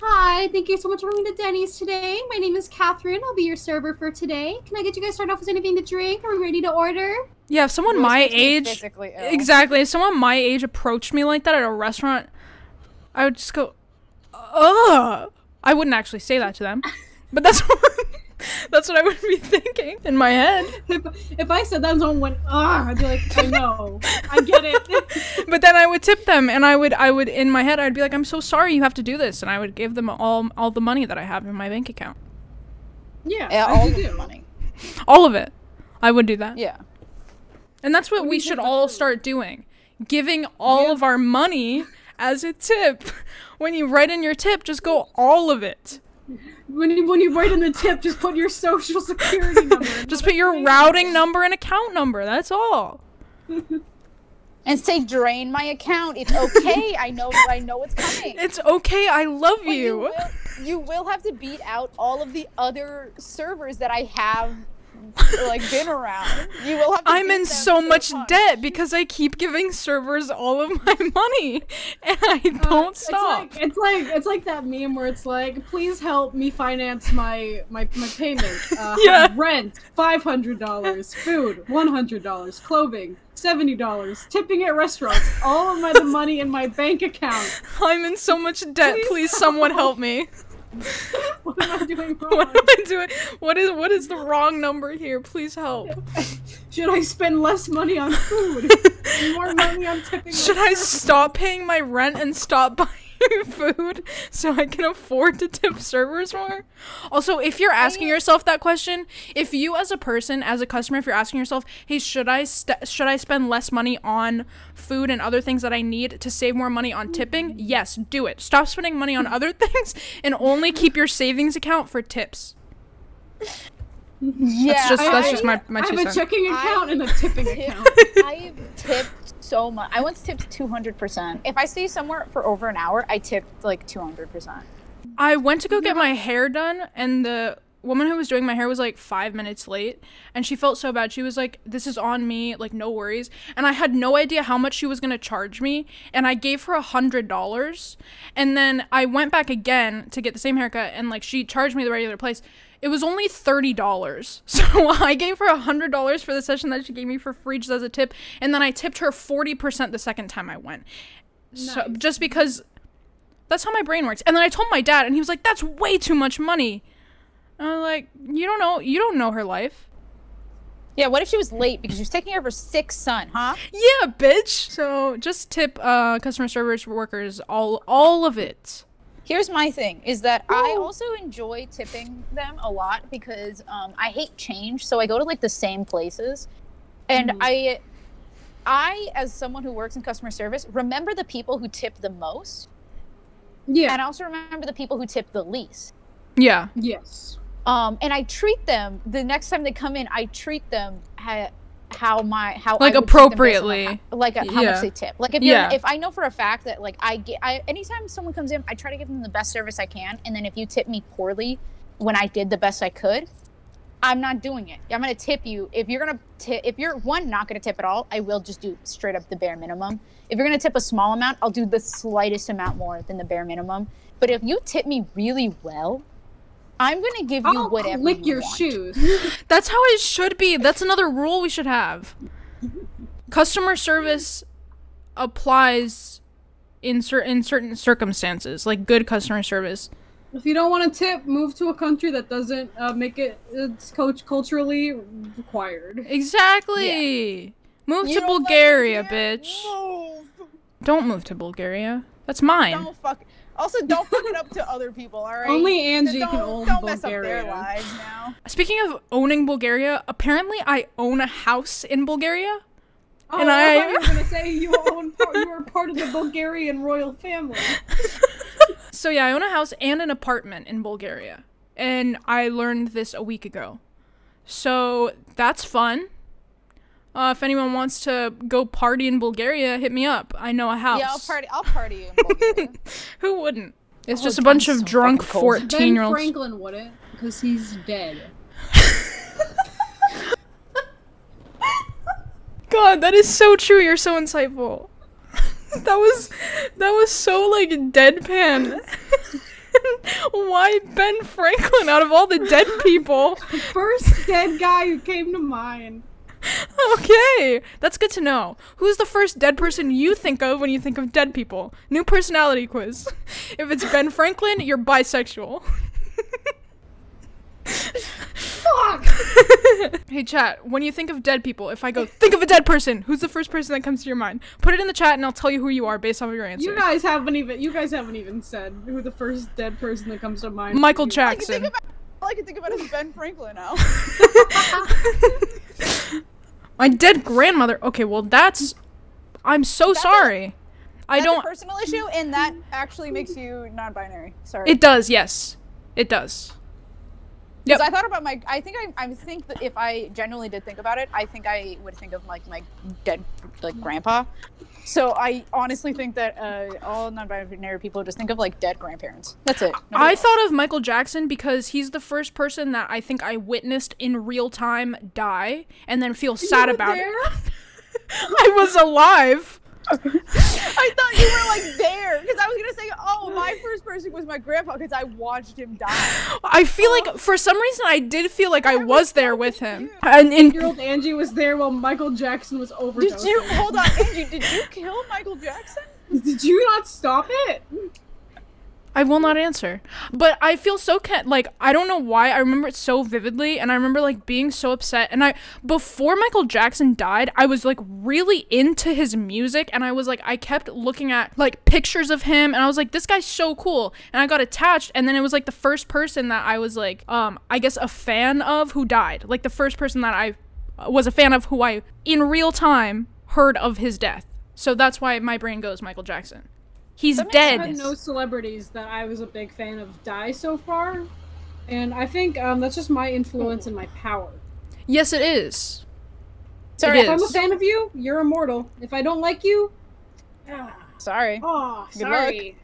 Speaker 2: "Hi, thank you so much for coming to Denny's today. My name is Catherine. I'll be your server for today. Can I get you guys started off with anything to drink? Are we ready to order?"
Speaker 1: yeah, if someone
Speaker 3: Who is
Speaker 1: my
Speaker 3: supposed to be
Speaker 1: age
Speaker 3: physically ill.
Speaker 1: Exactly. If someone my age approached me like that at a restaurant, I would just go, "Ugh." I wouldn't actually say that to them, but that's what, that's what I would be thinking in my head.
Speaker 2: If, if I said that and someone went, "Ah," I'd be like, "I know, I get it."
Speaker 1: But then I would tip them, and I would I would in my head I'd be like, "I'm so sorry you have to do this," and I would give them all all the money that I have in my bank account,
Speaker 2: yeah,
Speaker 3: Yeah,
Speaker 2: as
Speaker 3: all
Speaker 2: you
Speaker 3: of the
Speaker 2: do.
Speaker 3: money.
Speaker 1: all of it. I would do that,
Speaker 3: Yeah.
Speaker 1: and that's what we should all start doing: giving all of our money as a tip. When you write in your tip, just go all of it.
Speaker 2: When you, when you write in the tip, just put your social security number. in.
Speaker 1: Just put your routing number and account number. That's all.
Speaker 3: And say drain my account. It's okay. I know. I know it's coming.
Speaker 1: It's okay. I love
Speaker 3: But
Speaker 1: you.
Speaker 3: will, you will have to beat out all of the other servers that I have like been around. You will have. To
Speaker 1: I'm
Speaker 3: beat
Speaker 1: in
Speaker 3: them
Speaker 1: so
Speaker 3: to the
Speaker 1: much
Speaker 3: punch.
Speaker 1: debt because I keep giving servers all of my money and I don't stop.
Speaker 2: It's like, it's like it's like that meme where it's like, please help me finance my my my payment. Uh,
Speaker 1: Yeah.
Speaker 2: Rent five hundred dollars, food one hundred dollars, clothing seventy dollars, tipping at restaurants. All of my the money in my bank account.
Speaker 1: I'm in so much debt. Please,
Speaker 2: Please
Speaker 1: someone help me.
Speaker 2: What am I doing wrong?
Speaker 1: What am I doing? What is what is the wrong number here? Please help.
Speaker 2: Should I spend less money on food? and More money on tipping.
Speaker 1: Should I stop paying my rent and stop buying food so I can afford to tip servers more? Also, if you're asking yourself that question, if you as a person, as a customer, if you're asking yourself, "Hey, should I st- should I spend less money on food and other things that I need to save more money on tipping?" Yes, do it. Stop spending money on other things and only keep your savings account for tips.
Speaker 3: Yeah,
Speaker 1: That's just
Speaker 2: I-
Speaker 1: that's
Speaker 2: I-
Speaker 1: just my my
Speaker 2: I
Speaker 1: two
Speaker 2: have a
Speaker 1: cents.
Speaker 2: checking account and a tipping
Speaker 3: I-
Speaker 2: account.
Speaker 3: I've tipped so much. I once tipped 200%. If I stay somewhere for over an hour, I tipped like 200%.
Speaker 1: I went to go get my hair done, and the woman who was doing my hair was like five minutes late, and she felt so bad. She was like, "This is on me, like no worries." And I had no idea how much she was gonna charge me, and I gave her a hundred dollars, and then I went back again to get the same haircut, and like she charged me the regular price. It was only thirty dollars, so I gave her a hundred dollars for the session that she gave me for free just as a tip, and then I tipped her forty percent the second time I went. So just because that's how my brain works. And then I told my dad, and he was like, "That's way too much money." And I was like, "You don't know. You don't know her life."
Speaker 3: Yeah, what if she was late because she was taking care of her sick son, huh?
Speaker 1: Yeah, bitch. So just tip uh, customer service workers all all of it.
Speaker 3: Here's my thing is that I also enjoy tipping them a lot because um, I hate change. So I go to like the same places. And I, I, as someone who works in customer service, remember the people who tip the most.
Speaker 2: Yeah.
Speaker 3: And I also remember the people who tip the least.
Speaker 1: Yeah,
Speaker 2: Yes.
Speaker 3: um, and I treat them the next time they come in. I treat them ha- how my how I
Speaker 1: Like,
Speaker 3: would treat them based on,
Speaker 1: appropriately.
Speaker 3: like uh, how
Speaker 1: Yeah.
Speaker 3: much they tip. Like if you're,
Speaker 1: Yeah.
Speaker 3: if I know for a fact that like I get I, anytime someone comes in, I try to give them the best service I can. And then if you tip me poorly when I did the best I could, I'm not doing it. I'm gonna tip you if you're gonna tip if you're one not gonna tip at all. I will just do straight up the bare minimum. If you're gonna tip a small amount, I'll do the slightest amount more than the bare minimum. But if you tip me really well, I'm gonna give you
Speaker 2: I'll
Speaker 3: whatever.
Speaker 2: lick
Speaker 3: you
Speaker 2: your
Speaker 3: want.
Speaker 2: shoes.
Speaker 1: that's how it should be. That's another rule we should have. Customer service applies in certain in certain circumstances, like good customer service.
Speaker 2: if you don't want to tip, move to a country that doesn't uh, make it it's coach culturally required.
Speaker 1: Exactly. Move
Speaker 3: You
Speaker 1: to
Speaker 3: don't like it
Speaker 1: Bulgaria,
Speaker 3: here?
Speaker 1: bitch.
Speaker 3: Move.
Speaker 1: Don't move to Bulgaria. That's mine.
Speaker 3: Don't fuck. Also, don't fuck it up to other people. All right.
Speaker 2: Only Angie
Speaker 3: don't,
Speaker 2: can own
Speaker 3: Don't mess
Speaker 2: Bulgaria.
Speaker 3: up their lives now.
Speaker 1: Speaking of owning Bulgaria, apparently I own a house in Bulgaria.
Speaker 2: Oh,
Speaker 1: And
Speaker 2: I, thought
Speaker 1: I-
Speaker 2: you were gonna say you own part, you were part of the Bulgarian royal family.
Speaker 1: So yeah, I own a house and an apartment in Bulgaria. And I learned this a week ago. So that's fun. Uh, if anyone wants to go party in Bulgaria, hit me up. I know a house.
Speaker 3: Yeah, I'll party. I'll party you in Bulgaria.
Speaker 1: Who wouldn't? It's
Speaker 3: Oh,
Speaker 1: just a
Speaker 3: it
Speaker 1: bunch
Speaker 3: sounds
Speaker 1: of
Speaker 3: so
Speaker 1: drunk
Speaker 3: fucking cold.
Speaker 1: fourteen
Speaker 2: Ben
Speaker 1: year olds.
Speaker 2: Franklin wouldn't, because he's dead.
Speaker 1: God, that is so true. You're so insightful. that was that was so like deadpan. Why Ben Franklin out of all the dead people?
Speaker 2: First dead guy who came to mind.
Speaker 1: Okay, that's good to know. Who's the first dead person you think of when you think of dead people? New personality quiz. If it's Ben Franklin, you're bisexual.
Speaker 2: Fuck.
Speaker 1: hey, chat, when you think of dead people, if I go, think of a dead person, who's the first person that comes to your mind? Put it in the chat and I'll tell you who you are based off of your answer.
Speaker 2: You guys haven't even you guys haven't even said who the first dead person that comes to mind.
Speaker 1: Michael
Speaker 3: I can think
Speaker 1: Jackson.
Speaker 3: about. All I can think about is Ben Franklin now.
Speaker 1: My dead grandmother. Okay, well, that's. I'm so
Speaker 3: a-
Speaker 1: sorry. I
Speaker 3: That's a
Speaker 1: don't.
Speaker 3: personal issue, and that actually makes you non-binary. Sorry.
Speaker 1: It does, yes. It does.
Speaker 3: Because
Speaker 1: Yep.
Speaker 3: I thought about my. I think I. I think that if I genuinely did think about it, I think I would think of like my dead like grandpa. So I honestly think that uh, all non-binary people just think of like dead grandparents. That's it. Nobody
Speaker 1: I
Speaker 3: else.
Speaker 1: thought of Michael Jackson because he's the first person that I think I witnessed in real time die and then feel sad
Speaker 2: were
Speaker 1: about
Speaker 2: there?
Speaker 1: it. I was alive.
Speaker 3: I thought you were like there because I was gonna say, oh, my first person was my grandpa because I watched him die.
Speaker 1: I feel like for some reason I did feel like I was
Speaker 3: so
Speaker 1: there with him. And in
Speaker 2: Year old Angie was there while Michael Jackson was overdosing.
Speaker 3: Did you hold on, Angie? Did you kill Michael Jackson?
Speaker 2: Did you not stop it?
Speaker 1: I will not answer. But I feel so ca- like I don't know why I remember it so vividly and I remember like being so upset and I before Michael Jackson died, I was like really into his music and I was like I kept looking at like pictures of him and I was like this guy's so cool and I got attached and then it was like the first person that I was like um I guess a fan of who died. Like the first person that I uh, was a fan of who I in real time heard of his death. So that's why my brain goes Michael Jackson. He's
Speaker 3: That makes
Speaker 2: I
Speaker 1: dead.
Speaker 2: had no celebrities that I was a big fan of die so far. And I think um, that's just my influence and my power.
Speaker 1: Yes, it is.
Speaker 3: Sorry,
Speaker 1: It
Speaker 2: If I'm a
Speaker 1: is.
Speaker 2: fan of you, you're immortal. If I don't like you, ah,
Speaker 3: Sorry.
Speaker 2: oh,
Speaker 3: Good
Speaker 2: sorry.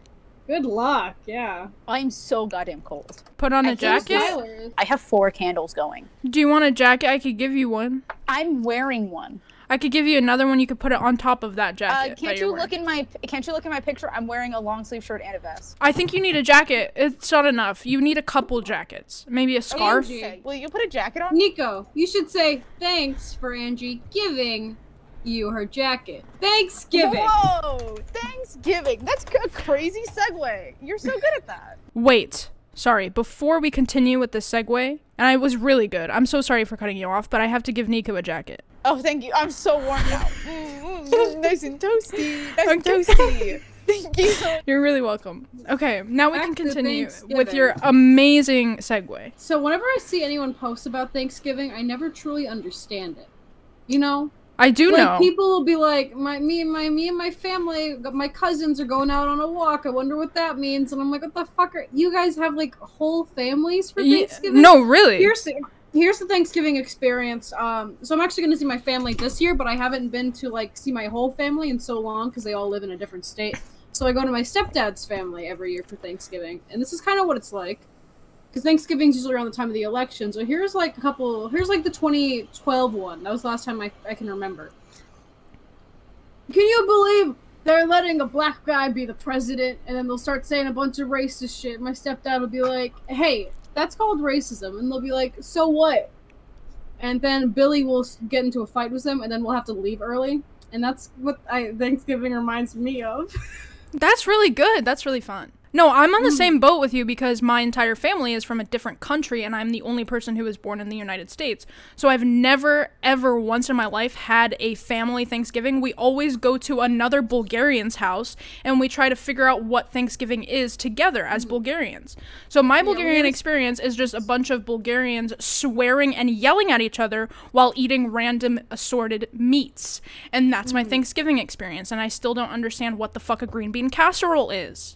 Speaker 2: Good luck. Yeah.
Speaker 3: I'm so goddamn cold.
Speaker 1: Put on a
Speaker 3: I think it's
Speaker 1: jacket.
Speaker 2: Tyler.
Speaker 3: I have four candles going.
Speaker 1: Do you want a jacket? I could give you one.
Speaker 3: I'm wearing one.
Speaker 1: I could give you another one. You could put it on top of that jacket.
Speaker 3: Uh,
Speaker 1: that
Speaker 3: can't
Speaker 1: you're
Speaker 3: you
Speaker 1: wearing.
Speaker 3: look in my Can't you look in my picture? I'm wearing a long sleeve shirt and a vest.
Speaker 1: I think you need a jacket. It's not enough. You need a couple jackets. Maybe a scarf.
Speaker 2: Angie. Okay.
Speaker 3: Will you put a jacket on?
Speaker 2: Nico, you should say thanks for Angie giving you her jacket. Thanksgiving.
Speaker 3: Whoa! Thanksgiving. That's a crazy segue. You're so good at that.
Speaker 1: Wait. Sorry, before we continue with the segue, and I was really good. I'm so sorry for cutting you off, but I have to give Nico a jacket.
Speaker 3: Oh, thank you. I'm so warm now. Mm, mm, mm, nice and toasty. Nice and
Speaker 1: Okay.
Speaker 3: toasty. Thank you. so-
Speaker 1: You're really welcome. Okay, now we
Speaker 2: Back
Speaker 1: can
Speaker 2: to
Speaker 1: continue with
Speaker 2: Thanksgiving.
Speaker 1: your amazing segue.
Speaker 2: So whenever I see anyone post about Thanksgiving, I never truly understand it. You know,
Speaker 1: I do
Speaker 2: like
Speaker 1: know.
Speaker 2: people will be like, my me and my me and my family, my cousins are going out on a walk. I wonder what that means. And I'm like, what the fuck are you guys have like whole families for
Speaker 1: Ye-
Speaker 2: Thanksgiving?
Speaker 1: no, really.
Speaker 2: Here's the, here's the Thanksgiving experience. Um, so I'm actually going to see my family this year, but I haven't been to like see my whole family in so long because they all live in a different state. So I go to my stepdad's family every year for Thanksgiving, and this is kind of what it's like. Because Thanksgiving's usually around the time of the election. So here's like a couple. Here's like the 2012 one. That was the last time I, I can remember. Can you believe they're letting a black guy be the president and then they'll start saying a bunch of racist shit. My stepdad will be like, "Hey, that's called racism," and they'll be like, "So what?" And then Billy will s- get into a fight with him, and then we'll have to leave early. And that's what I Thanksgiving reminds me of.
Speaker 1: That's really good. That's really fun. No, I'm on the same boat with you because my entire family is from a different country and I'm the only person who was born in the United States. So I've never, ever once in my life had a family Thanksgiving. We always go to another Bulgarian's house and we try to figure out what Thanksgiving is together as
Speaker 2: Mm.
Speaker 1: Bulgarians. So my Bulgarian experience is just a bunch of Bulgarians swearing and yelling at each other while eating random assorted meats. And that's
Speaker 2: Mm.
Speaker 1: my Thanksgiving experience. And I still don't understand what the fuck a green bean casserole is.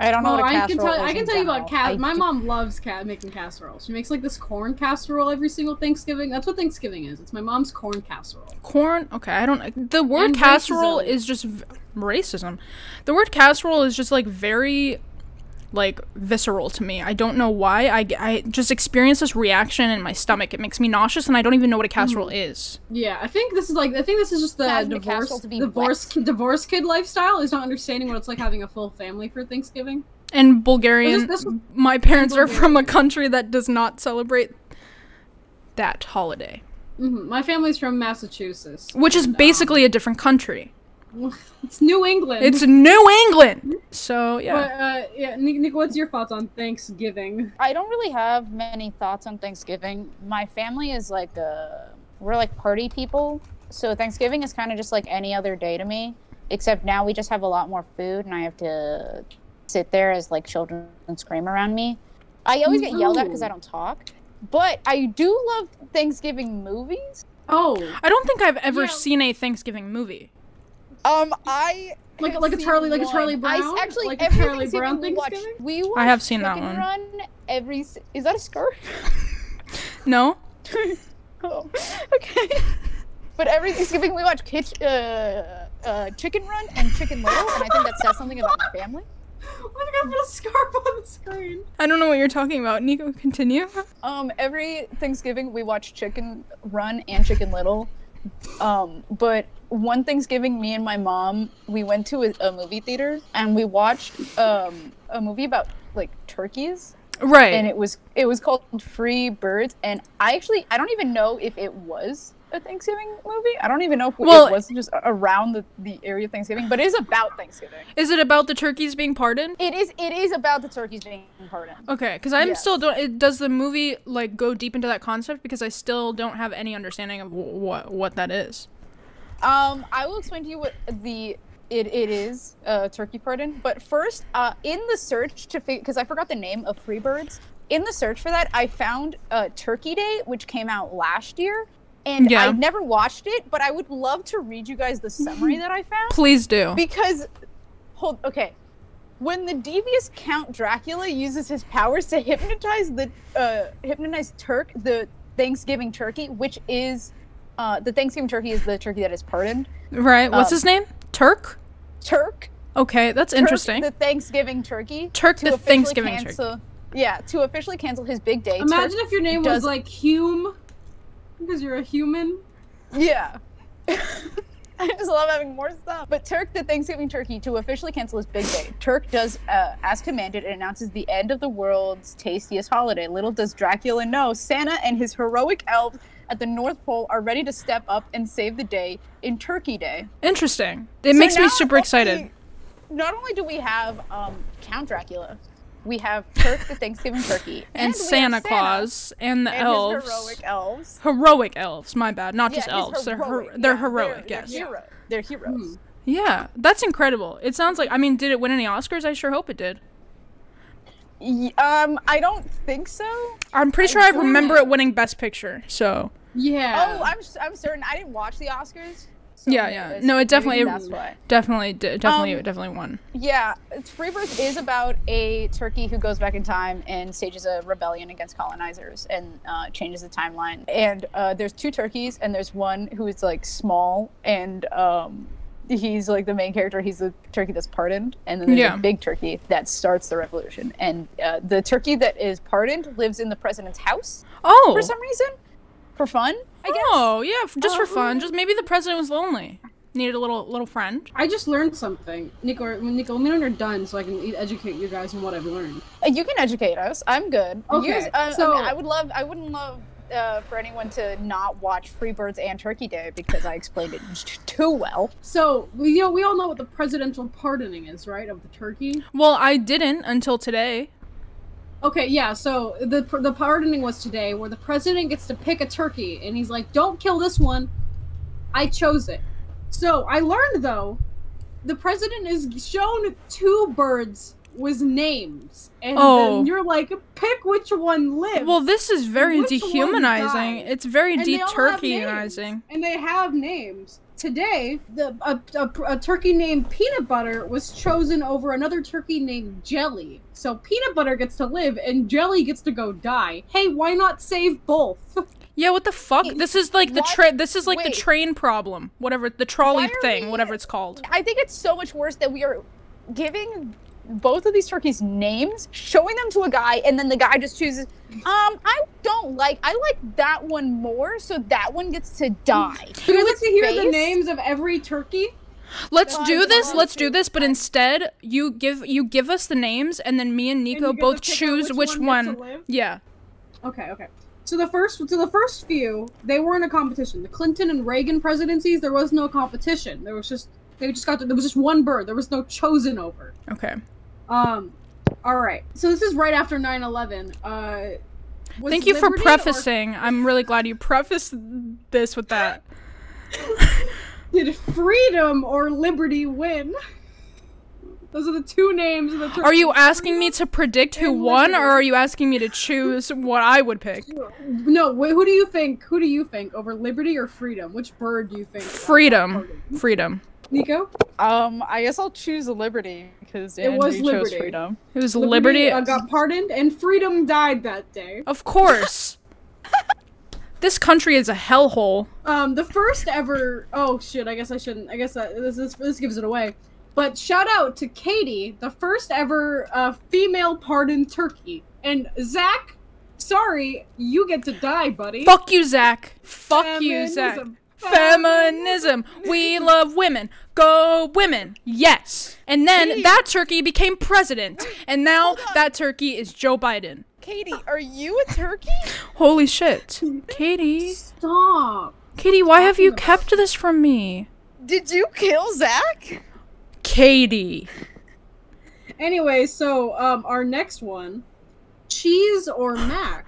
Speaker 3: I don't know
Speaker 2: Oh,
Speaker 3: what a
Speaker 2: I can
Speaker 3: casserole
Speaker 2: tell. I
Speaker 3: is
Speaker 2: can
Speaker 3: in
Speaker 2: tell you about
Speaker 3: general.
Speaker 2: cas.
Speaker 3: I
Speaker 2: My
Speaker 3: do-
Speaker 2: mom loves cat making casserole. She makes like this corn casserole every single Thanksgiving. That's what Thanksgiving is. It's my mom's corn casserole.
Speaker 1: corn okay i don't the word
Speaker 2: And
Speaker 1: casserole
Speaker 2: racism.
Speaker 1: is just v- racism the word casserole is just like very like visceral to me i don't know why i, g- I just experience this reaction in my stomach it makes me nauseous and i don't even know what a casserole
Speaker 2: Mm.
Speaker 1: is
Speaker 2: Yeah, I think this is like I think this is just the
Speaker 3: Having the castle
Speaker 2: divorce
Speaker 3: to be
Speaker 2: divorce divorce kid lifestyle is not understanding what it's like having a full family for Thanksgiving.
Speaker 1: and bulgarian
Speaker 2: This- this was-
Speaker 1: my parents are from a country that does not celebrate that holiday
Speaker 2: hmm My family's from Massachusetts.
Speaker 1: which is
Speaker 2: and, um,
Speaker 1: basically a different country
Speaker 3: Mm-hmm.
Speaker 2: it's New England.
Speaker 1: it's new england so yeah
Speaker 2: But, uh, yeah, Nick, Nick, what's your thoughts on Thanksgiving?
Speaker 3: I don't really have many thoughts on Thanksgiving. My family is like uh we're like party people, so Thanksgiving is kind of just like any other day to me. Except now we just have a lot more food, and I have to sit there as like children scream around me. I always get yelled at because I
Speaker 2: No.
Speaker 3: don't talk. But I do love Thanksgiving movies.
Speaker 2: Oh,
Speaker 1: i don't think i've ever
Speaker 3: Yeah.
Speaker 1: seen a thanksgiving movie
Speaker 3: Um, I
Speaker 2: like
Speaker 3: have
Speaker 2: like a
Speaker 3: seen
Speaker 2: Charlie like a
Speaker 3: one.
Speaker 2: Charlie
Speaker 3: I s-
Speaker 2: Brown.
Speaker 3: actually
Speaker 2: like a
Speaker 3: every
Speaker 2: Charlie
Speaker 3: Thanksgiving
Speaker 2: Brown
Speaker 3: we watched,
Speaker 2: Thanksgiving.
Speaker 3: we watched
Speaker 1: have seen that
Speaker 3: Chicken
Speaker 1: one.
Speaker 3: Run every s- is that a scarf?
Speaker 1: no
Speaker 3: Oh, okay. But every Thanksgiving we watch Kitch, uh, uh, Chicken Run and Chicken Little, and I think that says something about my family.
Speaker 2: Why did I put a scarf on the screen?
Speaker 1: I don't know what you're talking about. Nico, continue.
Speaker 3: Um, every Thanksgiving we watch Chicken Run and Chicken Little. Um, but one Thanksgiving, me and my mom, we went to a, a movie theater and we watched um, a movie about like turkeys,
Speaker 1: Right.
Speaker 3: and it was it was called Free Birds. And I actually I don't even know if it was a Thanksgiving movie. I don't even know if
Speaker 1: Well-
Speaker 3: it was just a- around the, the area of Thanksgiving, but it is about Thanksgiving.
Speaker 1: is it about the turkeys being pardoned?
Speaker 3: It is it is about the turkeys being pardoned.
Speaker 1: Okay, because I'm
Speaker 3: Yes.
Speaker 1: still don't. It, does the movie like go deep into that concept? Because I still don't have any understanding of wh- what what that is.
Speaker 3: Um, I will explain to you what the it, it is uh, turkey pardon. But first, uh, in the search to because I forgot the name of Freebirds. In the search for that, I found uh, Turkey Day, which came out last year, and
Speaker 1: Yeah.
Speaker 3: I never watched it. But I would love to read you guys the summary that I found
Speaker 1: Please do.
Speaker 3: because hold okay When the devious Count Dracula uses his powers to hypnotize the uh, hypnotize Turk, the Thanksgiving turkey, which is uh, the Thanksgiving turkey is the turkey that is pardoned.
Speaker 1: Right. What's
Speaker 3: Um,
Speaker 1: his name? Turk?
Speaker 3: Turk,
Speaker 1: Okay, that's
Speaker 3: Turk
Speaker 1: interesting.
Speaker 3: the Thanksgiving turkey,
Speaker 1: Turk the
Speaker 3: officially
Speaker 1: Thanksgiving turkey.
Speaker 3: cancel, Yeah, to officially cancel his big day. Turk-
Speaker 2: Imagine if your name was
Speaker 3: does-
Speaker 2: like Hume, because you're a human.
Speaker 3: Yeah. I just love having more stuff. But Turk, the Thanksgiving turkey, to officially cancel his big day, Turk does uh, as commanded and announces the end of the world's tastiest holiday. Little does Dracula know, Santa and his heroic elves at the North Pole are ready to step up and save the day in Turkey Day.
Speaker 1: interesting. It
Speaker 3: So
Speaker 1: makes me
Speaker 3: not
Speaker 1: super
Speaker 3: only-
Speaker 1: excited.
Speaker 3: Not only do we have um, Count Dracula, we have Turk, the Thanksgiving turkey,
Speaker 1: And,
Speaker 3: we have
Speaker 1: Santa
Speaker 3: Santa
Speaker 1: Claus and the
Speaker 3: and
Speaker 1: elves.
Speaker 3: his heroic elves.
Speaker 1: Heroic elves, my bad. Not just
Speaker 3: Yeah, he's
Speaker 1: elves. They're
Speaker 3: heroic.
Speaker 1: her- they're
Speaker 3: Yeah,
Speaker 1: heroic, yes.
Speaker 3: They're, hero- they're heroes.
Speaker 1: Yeah, that's incredible. It sounds like I mean, did it win any Oscars? I sure hope it did. Hmm.
Speaker 3: Y- Um, I don't think so.
Speaker 1: I'm pretty sure I
Speaker 2: don't
Speaker 1: remember
Speaker 2: know.
Speaker 1: it winning Best Picture. So
Speaker 2: Yeah.
Speaker 3: Oh, I'm s- I'm certain. I didn't watch the Oscars. so
Speaker 1: yeah,
Speaker 3: maybe
Speaker 1: yeah.
Speaker 3: that's-
Speaker 1: No, it definitely,
Speaker 3: maybe That's why.
Speaker 1: definitely, did, definitely,
Speaker 3: Um,
Speaker 1: definitely won.
Speaker 3: Yeah, it's Free Birth is about a turkey who goes back in time and stages a rebellion against colonizers and uh, changes the timeline. And uh, there's two turkeys, and there's one who is like small, and um, he's like the main character. He's the turkey that's pardoned, and then there's
Speaker 1: Yeah.
Speaker 3: a big turkey that starts the revolution. And uh, the turkey that is pardoned lives in the president's house
Speaker 1: Oh,
Speaker 3: for some reason, for fun. I guess. Uh, mm.
Speaker 1: oh, yeah, f- just for fun. Just maybe the president was lonely, needed a little little friend.
Speaker 2: I just learned something. Nico, Nico, let me know when you're done so I can e- educate you guys on what I've learned.
Speaker 3: Uh, You can educate us. I'm good.
Speaker 2: Okay,
Speaker 3: You guys- uh, I- I mean,
Speaker 2: so-
Speaker 3: I would love. I wouldn't love uh, for anyone to not watch Free Birds and Turkey Day because I explained it t- too well.
Speaker 2: So, we- you know, we all know what the presidential pardoning is, right? Of the turkey.
Speaker 1: Well, I didn't until today.
Speaker 2: Okay, yeah. So the pr- the pardoning was today, where the president gets to pick a turkey, and he's like, "Don't kill this one. I chose it." So I learned though, the president is shown two birds with names, and
Speaker 1: Oh.
Speaker 2: then you're like, "Pick which one lives."
Speaker 1: Well, this is very
Speaker 2: Which one
Speaker 1: dehumanizing.
Speaker 2: died?
Speaker 1: It's very
Speaker 2: And they all have
Speaker 1: deturkeyizing.
Speaker 2: names, And they have names. Today, the a, a, a turkey named Peanut Butter was chosen over another turkey named Jelly. So Peanut Butter gets to live, and Jelly gets to go die. Hey, why not save both?
Speaker 1: Yeah, what the fuck?
Speaker 3: Wait,
Speaker 1: This is like the
Speaker 3: why-
Speaker 1: train. This is like
Speaker 3: wait.
Speaker 1: the train problem. Whatever the trolley
Speaker 3: Why are
Speaker 1: thing,
Speaker 3: we-
Speaker 1: whatever it's called.
Speaker 3: I think it's so much worse that we are giving both of these turkeys names, showing them to a guy, and then the guy just chooses. Um, I don't like. I like that one more, so that one gets to die.
Speaker 2: You would like to hear the
Speaker 3: face?
Speaker 2: names of every turkey?
Speaker 1: Let's
Speaker 3: Guys,
Speaker 1: do this.
Speaker 3: one,
Speaker 1: Let's
Speaker 3: two,
Speaker 1: do this. But instead, you give you give us the names, and then me and Nico
Speaker 2: you get to
Speaker 1: both
Speaker 2: pick out
Speaker 1: choose
Speaker 2: which
Speaker 1: which,
Speaker 2: one
Speaker 1: one.
Speaker 2: gets to live?
Speaker 1: Yeah.
Speaker 2: Okay, okay. So the first, so the first few, they were in a competition. The Clinton and Reagan presidencies, there was no competition. There was just they just got to, there was just one bird. There was no chosen over.
Speaker 1: Okay.
Speaker 2: Um, all right. So this is right after 9/11. Uh, was
Speaker 1: Thank you for
Speaker 2: Liberty or-
Speaker 1: prefacing. I'm really glad you prefaced this with that.
Speaker 2: did freedom or liberty win? Those are the two names of the.
Speaker 1: Are you
Speaker 2: turkeys.
Speaker 1: asking me to predict who
Speaker 2: and
Speaker 1: won, or
Speaker 2: liberty.
Speaker 1: are you asking me to choose what I would pick?
Speaker 2: No. Wh- who do you think? Who do you think over liberty or freedom? Which bird do you think? won?
Speaker 1: Freedom. Freedom.
Speaker 2: Nico.
Speaker 3: Um, I guess I'll choose liberty because
Speaker 2: It was Andrew chose Liberty. freedom.
Speaker 1: It was liberty.
Speaker 2: uh, got pardoned, and freedom died that day.
Speaker 1: Of course. this country is a hellhole.
Speaker 2: Um, the first ever. Oh shit! I guess I shouldn't. I guess that this this, this gives it away. But shout out to Katie, the first ever uh, female pardoned turkey, and Zach. Sorry, you get to die, buddy.
Speaker 1: Fuck you, Zach. Fuck you,
Speaker 2: Feminism.
Speaker 1: Zach.
Speaker 2: Feminism.
Speaker 1: Feminism. We love women. Go women. Yes. And then that turkey became president. And now that turkey is Joe Biden.
Speaker 3: Katie, are you a turkey?
Speaker 1: Holy shit. Katie.
Speaker 2: Stop.
Speaker 1: Katie, why have you
Speaker 2: about?
Speaker 1: kept this from me?
Speaker 3: Did you kill Zach?
Speaker 1: Katie.
Speaker 2: Anyway, so um, our next one, cheese or mac?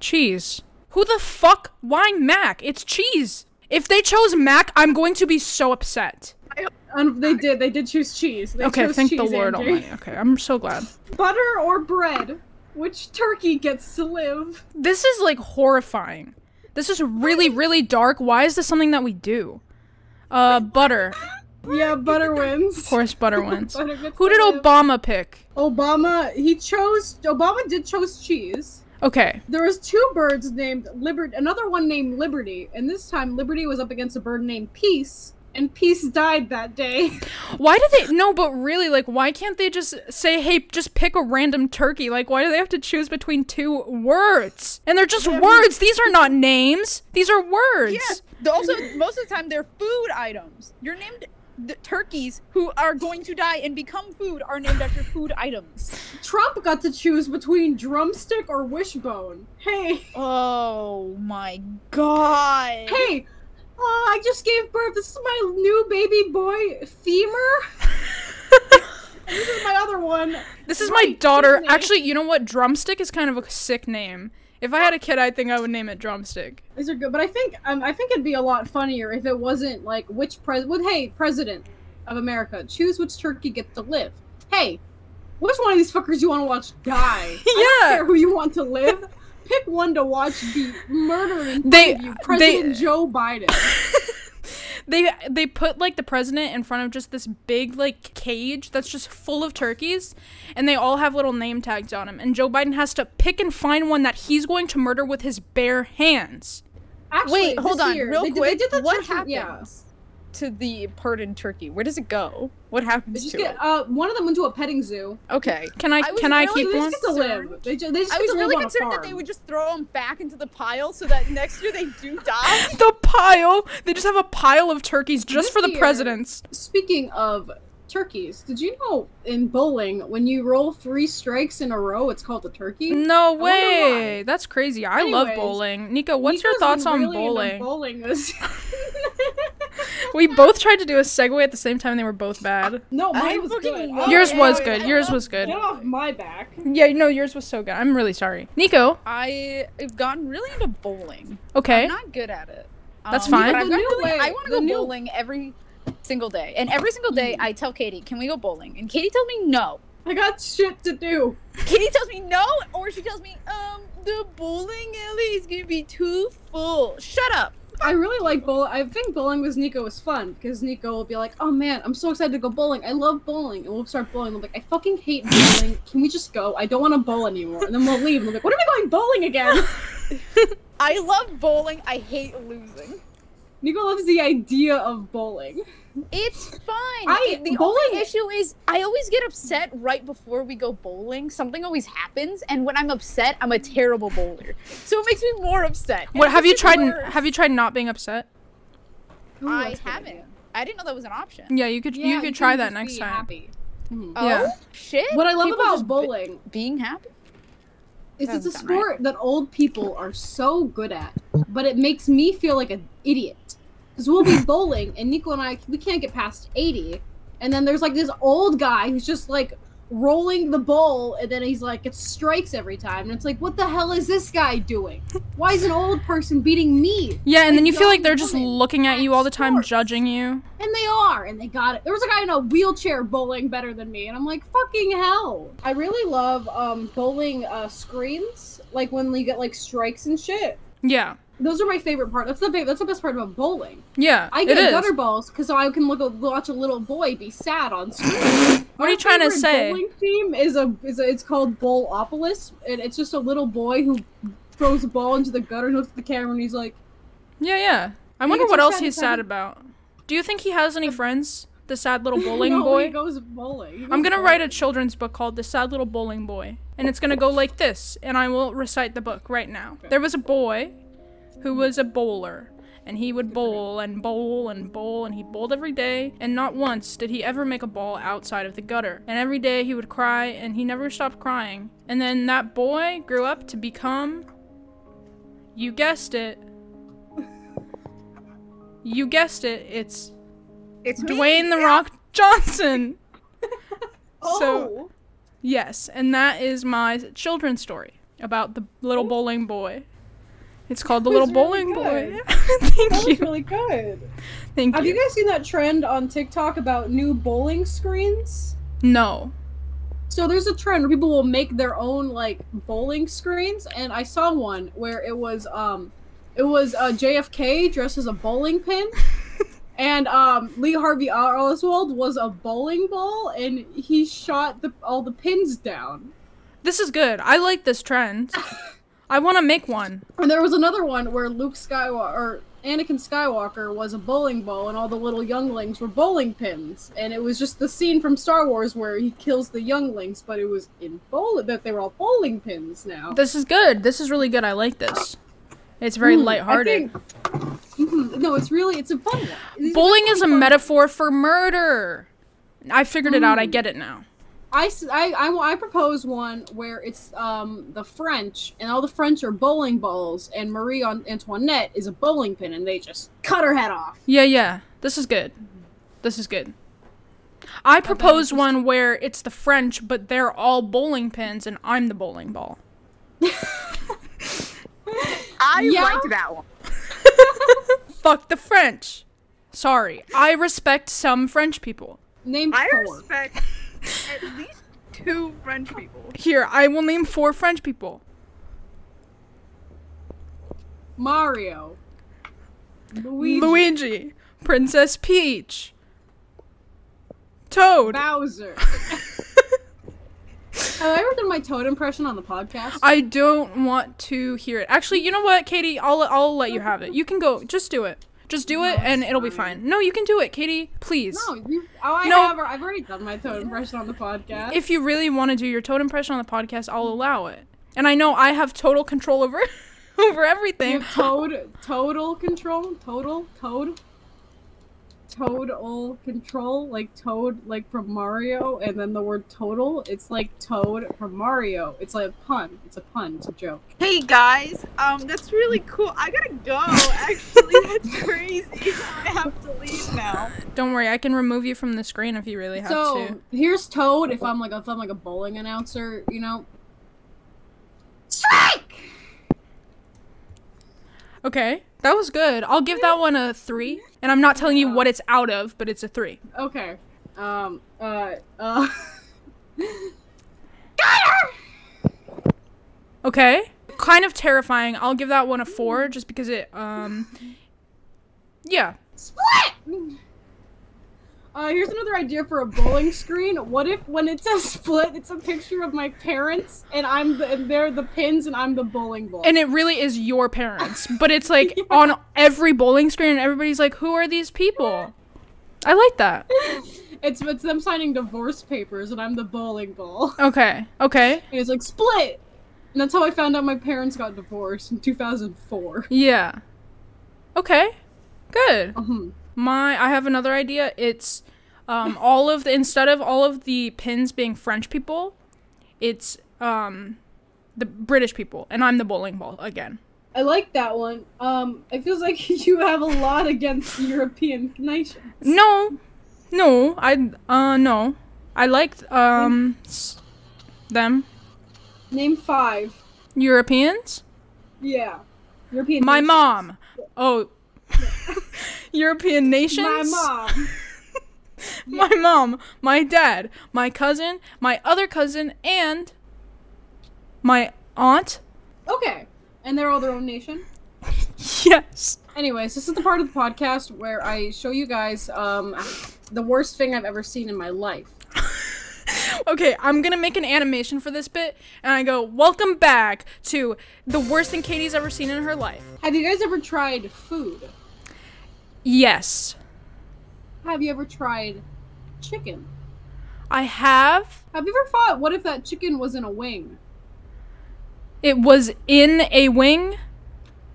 Speaker 1: Cheese. Who the fuck? Why Mac? It's cheese. If they chose Mac, I'm going to be so upset.
Speaker 2: Um, they did. They did choose cheese. They
Speaker 1: Okay,
Speaker 2: chose
Speaker 1: thank the
Speaker 2: cheese,
Speaker 1: Lord
Speaker 2: Andrew.
Speaker 1: Almighty. Okay, I'm so glad.
Speaker 2: Butter or bread? Which turkey gets to live?
Speaker 1: This is like horrifying. This is really, really dark. Why is this something that we do? Uh, butter.
Speaker 2: Yeah, Butter wins.
Speaker 1: Of course, Butter wins.
Speaker 2: Butter gets
Speaker 1: Who did
Speaker 2: to live.
Speaker 1: Obama pick?
Speaker 2: Obama? He chose. Obama did chose cheese.
Speaker 1: Okay.
Speaker 2: There was two birds named Liberty, another one named Liberty, and this time Liberty was up against a bird named Peace, and Peace died that day.
Speaker 1: Why do they? No, but really, like, why can't they just say, hey, just pick a random turkey? Like, why do they have to choose between two words? And they're just words. These are not names. These are words.
Speaker 3: Yeah. Also, most of the time they're food items. You're named the turkeys who are going to die and become food are named after food items.
Speaker 2: Trump got to choose between drumstick or wishbone. Hey,
Speaker 3: Oh my god.
Speaker 2: hey. Oh, I just gave birth. This is my new baby boy, femur. this is my other one.
Speaker 1: This is my
Speaker 2: Right,
Speaker 1: daughter.
Speaker 2: isn't it?
Speaker 1: Actually, you know what? Drumstick is kind of a sick name. If I had a kid, I think I would name it Drumstick.
Speaker 2: These are good, but I think um, I think it'd be a lot funnier if it wasn't like which pres. Well, hey, president of America, choose which turkey gets to live. Hey, which one of these fuckers you want to watch die? I don't
Speaker 1: Yeah.
Speaker 2: care who you want to live. Pick one to watch be murdered in front
Speaker 1: They-
Speaker 2: of you,
Speaker 1: they-
Speaker 2: President Joe Biden.
Speaker 1: They they put like the president in front of just this big like cage that's just full of turkeys, and they all have little name tags on them. And Joe Biden has to pick and find one that he's going to murder with his bare hands.
Speaker 2: Actually,
Speaker 3: Wait, hold
Speaker 2: this
Speaker 3: on,
Speaker 2: year-
Speaker 3: real
Speaker 2: they did- they
Speaker 3: quick.
Speaker 2: did that
Speaker 3: what
Speaker 2: turkey-
Speaker 3: happens
Speaker 2: yeah.
Speaker 3: to the pardoned turkey? Where does it go? What
Speaker 2: They
Speaker 3: happens
Speaker 2: just
Speaker 3: to
Speaker 2: get
Speaker 3: it?
Speaker 2: uh, one of them went to a petting zoo.
Speaker 3: Okay.
Speaker 1: Can I,
Speaker 3: I was
Speaker 1: can I
Speaker 3: really
Speaker 1: keep
Speaker 2: They
Speaker 1: one?
Speaker 2: just get to live. They just, they just
Speaker 3: I
Speaker 2: get
Speaker 3: was
Speaker 2: to
Speaker 3: really
Speaker 2: live on a
Speaker 3: concerned that
Speaker 2: farm.
Speaker 3: they would just throw them back into the pile so that next year they do die.
Speaker 1: The pile. They just have a pile of turkeys just
Speaker 2: This
Speaker 1: for the
Speaker 2: year-
Speaker 1: presidents.
Speaker 2: Speaking of turkeys, did you know in bowling when you roll three strikes in a row, it's called a turkey?
Speaker 1: No
Speaker 2: why.
Speaker 1: way. That's crazy. I love
Speaker 2: Anyways,
Speaker 1: bowling. Nico, what's
Speaker 2: Nico's
Speaker 1: your thoughts
Speaker 2: been
Speaker 1: on
Speaker 2: really into
Speaker 1: bowling?
Speaker 2: Bowling this.
Speaker 1: We both tried to do a segue at the same time. They were both bad.
Speaker 2: no,
Speaker 3: I
Speaker 2: mine was
Speaker 3: fucking
Speaker 2: good.
Speaker 3: love
Speaker 1: Yours
Speaker 3: Oh, yeah,
Speaker 1: was
Speaker 3: yeah,
Speaker 1: good.
Speaker 3: I
Speaker 1: Yours
Speaker 3: love
Speaker 1: was good.
Speaker 2: Get off my back.
Speaker 1: Yeah, no, yours was so good. I'm really sorry. Nico,
Speaker 3: I have gotten really into bowling.
Speaker 1: okay.
Speaker 3: I'm not good at it. Um,
Speaker 1: That's
Speaker 3: but
Speaker 1: fine.
Speaker 3: I've
Speaker 2: The
Speaker 3: gotten
Speaker 2: new
Speaker 3: really-
Speaker 2: way-
Speaker 3: I want to
Speaker 2: the
Speaker 3: go
Speaker 2: new-
Speaker 3: bowling every single day. And every single day I tell Katie, can we go bowling? And Katie tells me no.
Speaker 2: I got shit to do.
Speaker 3: Katie tells me no, or she tells me, um, the bowling alley is gonna be too full. Shut up.
Speaker 2: I really like bowling. I think bowling with Nico is fun because Nico will be like, "Oh man, I'm so excited to go bowling. I love bowling," and we'll start bowling. I'm like, "I fucking hate bowling. Can we just go? I don't want to bowl anymore." And then we'll leave. And I'm like, "What am I going bowling again?"
Speaker 3: I love bowling. I hate losing.
Speaker 2: Nico loves the idea of bowling.
Speaker 3: It's fine.
Speaker 2: I-
Speaker 3: the
Speaker 2: bowling-
Speaker 3: only issue is I always get upset right before we go bowling. Something always happens, and when I'm upset, I'm a terrible bowler. So it makes me more upset. And
Speaker 1: What
Speaker 3: it
Speaker 1: have you
Speaker 3: makes
Speaker 1: tried?
Speaker 3: it worse.
Speaker 1: Have you tried not being upset?
Speaker 2: Ooh,
Speaker 3: I
Speaker 2: that's a good
Speaker 3: haven't.
Speaker 2: idea.
Speaker 3: I didn't know that was an option.
Speaker 1: Yeah, you could. you could try that next time.
Speaker 2: Mhm.
Speaker 3: Oh
Speaker 1: Yeah.
Speaker 3: shit!
Speaker 2: What I love
Speaker 3: People
Speaker 2: about
Speaker 3: just be-
Speaker 2: bowling
Speaker 3: being happy.
Speaker 2: is it's a
Speaker 3: Doesn't sound right.
Speaker 2: sport that old people are so good at, but it makes me feel like an idiot. Because we'll be bowling, and Nico and I, we can't get past 80. And then there's like this old guy who's just like rolling the ball, and then he's like, it strikes every time. And it's like, what the hell is this guy doing? Why is an old person beating me?
Speaker 1: Yeah, and then you
Speaker 2: Like
Speaker 1: feel like
Speaker 2: young
Speaker 1: they're just
Speaker 2: women
Speaker 1: looking at
Speaker 2: at
Speaker 1: you all the time,
Speaker 2: sports.
Speaker 1: judging you.
Speaker 2: And they are, and they got it. There was a guy in a wheelchair bowling better than me, and I'm like, fucking hell. I really love um, bowling uh, screens, like when you get like strikes and shit.
Speaker 1: Yeah,
Speaker 2: Those are my favorite part. That's the favorite. That's the best part about bowling.
Speaker 1: yeah.
Speaker 2: I
Speaker 1: it
Speaker 2: get
Speaker 1: is.
Speaker 2: gutter balls because I can look watch a little boy be sad on screen.
Speaker 1: What are you trying to say?
Speaker 2: Bowling team is a is a, it's called Bowlopolis, and it's just a little boy who throws a ball into the gutter and looks at the camera and he's like,
Speaker 1: Yeah, yeah. I
Speaker 2: You
Speaker 1: wonder
Speaker 2: get
Speaker 1: what
Speaker 2: so
Speaker 1: else
Speaker 2: sad
Speaker 1: he's
Speaker 2: inside.
Speaker 1: sad about. Do you think he has any friends? The sad little bowling
Speaker 2: no,
Speaker 1: boy.
Speaker 2: He goes bowling. He
Speaker 1: I'm
Speaker 2: goes
Speaker 1: gonna write a
Speaker 2: bowling."
Speaker 1: children's book called The Sad Little Bowling Boy, and it's gonna go like this, and I will recite the book right now. There was a boy who was a bowler, and he would bowl and bowl and bowl, and he bowled every day, and not once did he ever make a ball outside of the gutter. And every day he would cry, and he never stopped crying. And then that boy grew up to become. You guessed it. You guessed it, it's
Speaker 3: It's
Speaker 1: Dwayne The Rock Johnson!
Speaker 3: Oh.
Speaker 1: so- Yes, and that is my children's story about the little bowling boy. It's called the
Speaker 2: That
Speaker 1: little
Speaker 2: was really
Speaker 1: bowling boy. Thank
Speaker 2: That was
Speaker 1: you.
Speaker 2: really good.
Speaker 1: Thank
Speaker 2: Have
Speaker 1: you.
Speaker 2: you guys seen that trend on TikTok about new bowling screens?
Speaker 1: no.
Speaker 2: So there's a trend where people will make their own like bowling screens, and I saw one where it was um, it was uh, JFK dressed as a bowling pin, And um, Lee Harvey Oswald was a bowling ball, and he shot the, all the pins down.
Speaker 1: This is good. I like this trend. I want to make one.
Speaker 2: And there was another one where Luke Skywalker or Anakin Skywalker was a bowling ball, and all the little younglings were bowling pins. And it was just the scene from Star Wars where he kills the younglings, but it was in bowl that they were all bowling pins now.
Speaker 1: This is good. This is really good. I like this. It's very lighthearted.
Speaker 2: Hmm, I think- Mhm. no, it's really it's a fun one. These are
Speaker 1: Bowling is a
Speaker 2: fun-
Speaker 1: metaphor for murder. I figured it out.
Speaker 2: Hmm.
Speaker 1: I get it now.
Speaker 2: I, s- I- I wa- I propose one where it's um the French and all the French are bowling balls and Marie An- Antoinette is a bowling pin and they just cut her head off.
Speaker 1: Yeah, yeah. This is good. This is good. I proposed one where it's the French, but they're all bowling pins and I'm the bowling ball.
Speaker 4: I
Speaker 2: Yeah.
Speaker 4: liked that one.
Speaker 1: Fuck the French. Sorry. I respect some French people.
Speaker 2: Name
Speaker 4: I
Speaker 2: four.
Speaker 4: respect at least two French people.
Speaker 1: Here, I will name four French people.
Speaker 2: Mario. Luigi.
Speaker 1: Luigi, Princess Peach, Toad.
Speaker 2: Bowser. Have I ever done my Toad impression on the podcast?
Speaker 1: I don't want to hear it. Actually, you know what, Katie? I'll I'll let you have it. You can go. Just do it. Just do it, and it'll be fine. No, you can do it, Katie. Please.
Speaker 2: no, you, oh, I
Speaker 1: No.
Speaker 2: have. I've already done my Toad impression on the podcast.
Speaker 1: If you really want to do your Toad impression on the podcast, I'll allow it. And I know I have total control over over
Speaker 2: You
Speaker 1: everything.
Speaker 2: have toad, total control, total, toad, total control, like toad, like from Mario, and then the word total. It's like toad from Mario. It's like a pun. It's a pun. It's a joke.
Speaker 4: Hey guys, um, that's really cool. I gotta go. Actually, that's crazy. I have to leave now.
Speaker 1: Don't worry, I can remove you from the screen if you really have
Speaker 2: so
Speaker 1: to.
Speaker 2: here's toad. If I'm like, if I'm like a bowling announcer, you know.
Speaker 1: Okay, that was good. I'll give that one a three. And I'm not telling you what it's out of, but it's a three.
Speaker 2: Okay. Um. Uh. Uh.
Speaker 1: Okay. Kind of terrifying. I'll give that one a four just because it um Yeah.
Speaker 2: Split! Uh, here's another idea for a bowling screen. What if when it says split, it's a picture of my parents and I'm the, and they're the pins and I'm the bowling ball.
Speaker 1: And it really is your parents. But it's like on every bowling screen and everybody's like, Who are these people? I like that.
Speaker 2: it's it's them signing divorce papers and I'm the bowling ball.
Speaker 1: Okay. Okay.
Speaker 2: And it's like split. And that's how I found out my parents got divorced in 2004.
Speaker 1: Yeah. Okay. Good.
Speaker 2: Mhm.
Speaker 1: My I have another idea. It's um all of the instead of all of the pins being French people, it's um the British people and I'm the bowling ball again.
Speaker 2: I like that one. Um, it feels like you have a lot against European nations.
Speaker 1: No, no, I uh no, I liked um s- them
Speaker 2: Name five.
Speaker 1: Europeans.
Speaker 2: Yeah. European.
Speaker 1: My
Speaker 2: nations.
Speaker 1: mom. Oh, European nations.
Speaker 2: My mom.
Speaker 1: My mom. My dad. My cousin. My other cousin, and my aunt.
Speaker 2: Okay. And they're all their own nation.
Speaker 1: Yes.
Speaker 2: Anyways, this is the part of the podcast where I show you guys um, the worst thing I've ever seen in my life.
Speaker 1: Okay, I'm gonna make an animation for this bit, and I go, "Welcome back to the worst thing Katie's ever seen in her life."
Speaker 2: Have you guys ever tried food?
Speaker 1: Yes,
Speaker 2: Have you ever tried chicken?
Speaker 1: I have.
Speaker 2: Have you ever thought, what if that chicken was in a wing?
Speaker 1: It was in a wing.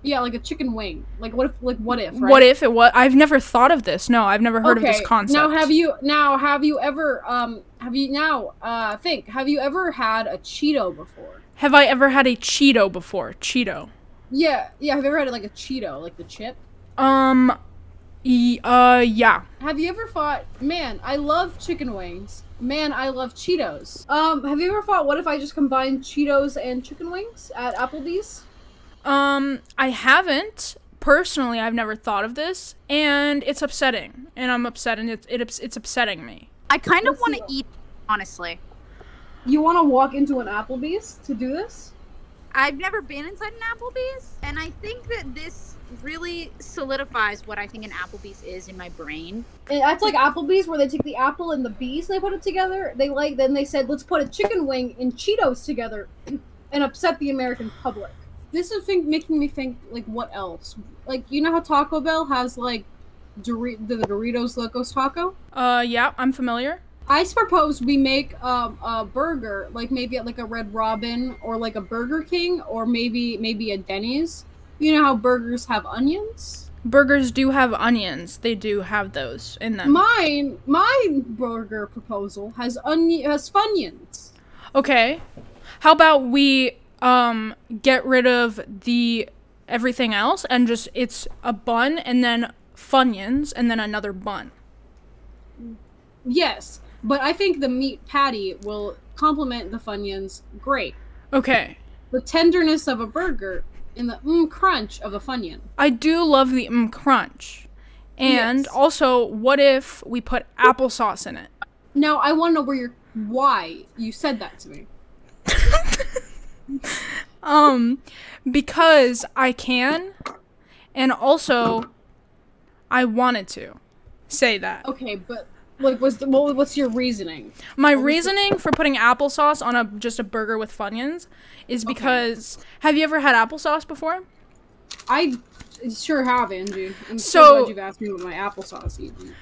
Speaker 2: Yeah, like a chicken wing. Like what if? Like what if? Right?
Speaker 1: What if it was? I've never thought of this. No, I've never heard
Speaker 2: okay.
Speaker 1: of this concept.
Speaker 2: Now have you? Now have you ever? Um, have you now? Uh, think. Have you ever had a Cheeto before?
Speaker 1: Have I ever had a Cheeto before? Cheeto.
Speaker 2: Yeah, yeah. Have you ever had like a Cheeto, like the chip?
Speaker 1: Um, y- uh, yeah.
Speaker 2: Have you ever thought, man, I love chicken wings. Man, I love Cheetos. Um, have you ever thought, what if I just combine Cheetos and chicken wings at Applebee's?
Speaker 1: Um, I haven't personally. I've never thought of this, and it's upsetting. And I'm upset, and it's it, ups- it's upsetting me.
Speaker 3: I kind of
Speaker 2: Let's
Speaker 3: want
Speaker 2: see.
Speaker 3: to eat, honestly.
Speaker 2: You want to walk into an Applebee's to do this?
Speaker 4: I've never been inside an Applebee's, and I think that this really solidifies what I think an Applebee's is in my brain.
Speaker 2: And that's like Applebee's, where they take the apple and the bees and they put it together. They like then they said, let's put a chicken wing and Cheetos together, and upset the American public. This is think, making me think like what else? Like you know how Taco Bell has like Dor- the Doritos Locos Taco.
Speaker 1: Uh, yeah, I'm familiar.
Speaker 2: I propose we make um, a burger, like maybe at like a Red Robin or like a Burger King or maybe maybe a Denny's. You know how burgers have onions.
Speaker 1: Burgers do have onions. They do have those in them.
Speaker 2: Mine, my burger proposal has onion has funyuns.
Speaker 1: Okay. How about we um get rid of the everything else and just it's a bun and then funyuns and then another bun.
Speaker 2: Yes, but I think the meat patty will complement the funyuns. Great.
Speaker 1: Okay.
Speaker 2: The tenderness of a burger and the mm crunch of a funyun.
Speaker 1: I do love the mm crunch. And
Speaker 2: Yes.
Speaker 1: also, what if we put applesauce in it?
Speaker 2: Now I want to know where you're why you said that to me.
Speaker 1: Um because I can and also I wanted to say that.
Speaker 2: Okay, but like, was the, what, what's your reasoning?
Speaker 1: My reasoning for putting applesauce on a just a burger with funyuns is because have you ever had applesauce before?
Speaker 2: I sure have, Andrew. I'm so,
Speaker 1: So-
Speaker 2: glad you've asked me what my applesauce eating.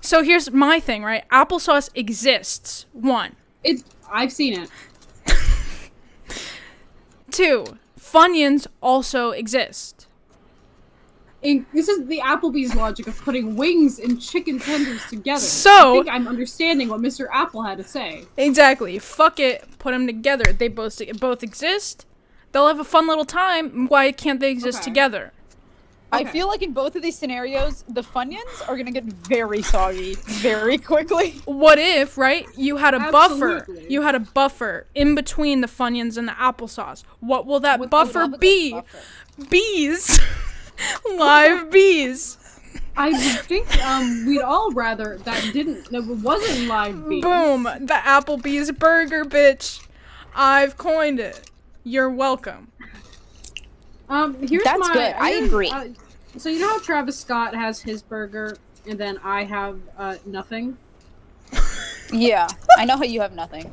Speaker 1: So here's my thing, right? Applesauce exists. One.
Speaker 2: It's I've seen it.
Speaker 1: Two. Funyuns also exist.
Speaker 2: In, this is the Applebee's logic of putting wings and chicken tenders together.
Speaker 1: So-
Speaker 2: I think I'm understanding what Mr. Apple had to say.
Speaker 1: Exactly. Fuck it. Put them together. They both both exist. They'll have a fun little time. Why can't they exist
Speaker 2: Okay.
Speaker 1: together?
Speaker 3: I
Speaker 2: Okay.
Speaker 3: feel like in both of these scenarios, the Funyuns are gonna get very soggy very quickly.
Speaker 1: What if, right? You had a buffer.
Speaker 2: Absolutely.
Speaker 1: You had a buffer in between the funyuns and the applesauce. What will that
Speaker 3: Would- I would
Speaker 1: buffer
Speaker 3: love a good
Speaker 1: be?
Speaker 3: buffer.
Speaker 1: Bees. Live bees.
Speaker 2: I would think um, we'd all rather that didn't that wasn't live beef.
Speaker 1: Boom. The Applebee's burger, bitch. I've coined it. You're welcome.
Speaker 2: Um, here's
Speaker 3: That's
Speaker 2: my,
Speaker 3: good. I
Speaker 2: here's-
Speaker 3: agree.
Speaker 2: uh, so you know how Travis Scott has his burger, and then I have uh, nothing.
Speaker 3: Yeah, I know how you have nothing.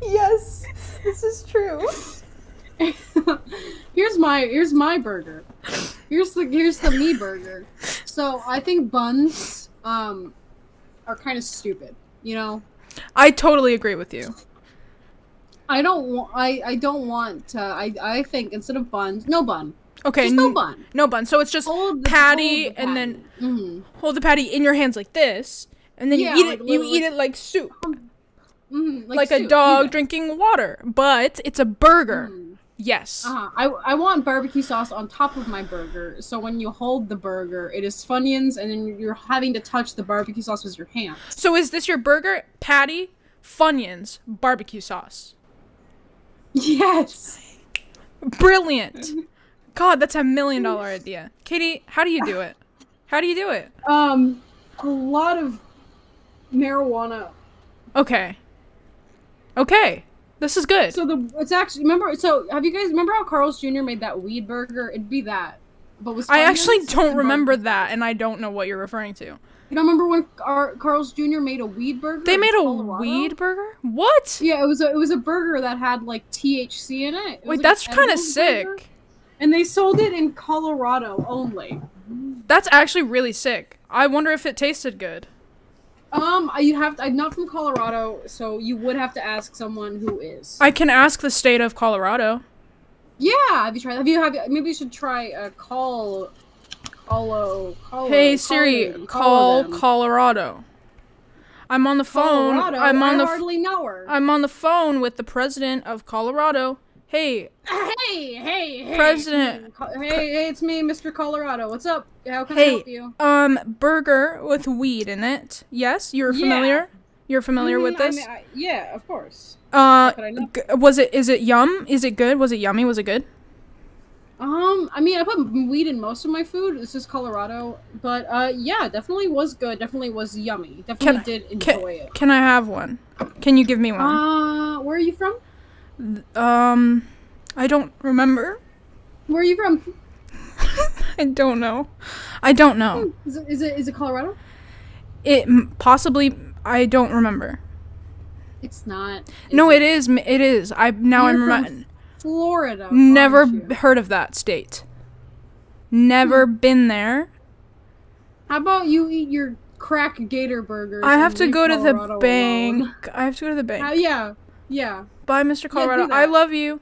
Speaker 1: Yes, this is true.
Speaker 2: here's my here's my burger. Here's the here's the me burger. So I think buns um are kind of stupid. You know,
Speaker 1: I totally agree with you.
Speaker 2: I don't want I I don't want uh, I I think instead of buns, no bun,
Speaker 1: Okay,
Speaker 2: just no
Speaker 1: n-
Speaker 2: bun.
Speaker 1: no bun. So it's just
Speaker 2: Hold the-
Speaker 1: patty,
Speaker 2: hold the
Speaker 1: and then
Speaker 2: patty. Mhm.
Speaker 1: hold the patty in your hands like this, and then
Speaker 2: Yeah,
Speaker 1: you eat
Speaker 2: like
Speaker 1: it. You
Speaker 2: little-
Speaker 1: eat it like soup,
Speaker 2: Mhm,
Speaker 1: like,
Speaker 2: soup,
Speaker 1: a dog
Speaker 2: even.
Speaker 1: drinking water. But it's a burger.
Speaker 2: Mm.
Speaker 1: Yes.
Speaker 2: Uh-huh. I, I want barbecue sauce on top of my burger, so when you hold the burger, it is Funyuns, and then you're having to touch the barbecue sauce with your hand.
Speaker 1: So is this your burger? Patty, funyuns, barbecue sauce.
Speaker 2: Yes.
Speaker 1: Brilliant. God, that's a million dollar idea. Katie, how do you do it? How do you do it?
Speaker 2: Um, a lot of marijuana.
Speaker 1: Okay. Okay. This is good.
Speaker 2: So the it's actually remember. So have you guys remember how Carl's Jr. made that weed burger? It'd be that, but with
Speaker 1: I actually
Speaker 2: Funyuns
Speaker 1: don't
Speaker 2: and
Speaker 1: remember
Speaker 2: barbecue.
Speaker 1: that, and I don't know what you're referring to.
Speaker 2: You don't remember when Car- Carl's Jr. made a weed burger?
Speaker 1: They
Speaker 2: in
Speaker 1: made a
Speaker 2: Colorado?
Speaker 1: weed burger? What?
Speaker 2: Yeah, it was a it was a burger that had like THC in it. It was,
Speaker 1: Wait,
Speaker 2: like,
Speaker 1: that's
Speaker 2: an
Speaker 1: kind of
Speaker 2: edibles
Speaker 1: sick.
Speaker 2: burger. And they sold it in Colorado only.
Speaker 1: That's actually really sick. I wonder if it tasted good.
Speaker 2: Um, I- you have to, I'm not from Colorado, so you would have to ask someone who is.
Speaker 1: I can ask the state of Colorado.
Speaker 2: yeah, have you tried? Have you have? you- Maybe you should try a call, colo, colo.
Speaker 1: Hey Siri,
Speaker 2: Oh, them,
Speaker 1: call
Speaker 2: them.
Speaker 1: Colorado. I'm on the phone.
Speaker 2: Colorado,
Speaker 1: I'm on
Speaker 2: I
Speaker 1: the f-
Speaker 2: hardly know her.
Speaker 1: I'm on the phone with the president of Colorado. Hey,
Speaker 2: hey, hey, hey,
Speaker 1: President-
Speaker 2: it's me, Co- Hey, hey, it's me, Mr. Colorado. What's up? How can I
Speaker 1: hey.
Speaker 2: help you?
Speaker 1: Um burger with weed in it. Yes, you're
Speaker 2: Yeah.
Speaker 1: familiar? You're familiar with
Speaker 2: Mhm, I
Speaker 1: this?
Speaker 2: mean, I- yeah, of course.
Speaker 1: Uh,
Speaker 2: could I not?
Speaker 1: g- was it? Is it yum? Is it good? Was it yummy? Was it good?
Speaker 2: Um, I mean, I put weed in most of my food. This is Colorado, but uh, yeah, definitely was good. Definitely was yummy. Definitely
Speaker 1: I-
Speaker 2: did
Speaker 1: Can,
Speaker 2: enjoy it.
Speaker 1: can I have one? Can you give me one?
Speaker 2: Uh, where are you from?
Speaker 1: Um, I don't remember.
Speaker 2: Where are you from?
Speaker 1: I don't know. I don't know.
Speaker 2: Is it is it, is it Colorado?
Speaker 1: It m- possibly. I don't remember.
Speaker 2: It's not.
Speaker 1: No, it is. m- It is. I now I'm
Speaker 2: You're from
Speaker 1: remem-
Speaker 2: Florida.
Speaker 1: never
Speaker 2: aren't you? Hmm.
Speaker 1: heard of that state. Never been there.
Speaker 2: How about you eat your crack gator burgers?
Speaker 1: I
Speaker 2: and
Speaker 1: have to
Speaker 2: leave
Speaker 1: go to
Speaker 2: Colorado
Speaker 1: the
Speaker 2: alone?
Speaker 1: bank. I have to go to the bank.
Speaker 2: Uh, yeah, yeah.
Speaker 1: Bye, Mr. Colorado.
Speaker 2: do
Speaker 1: I
Speaker 2: that.
Speaker 1: love you.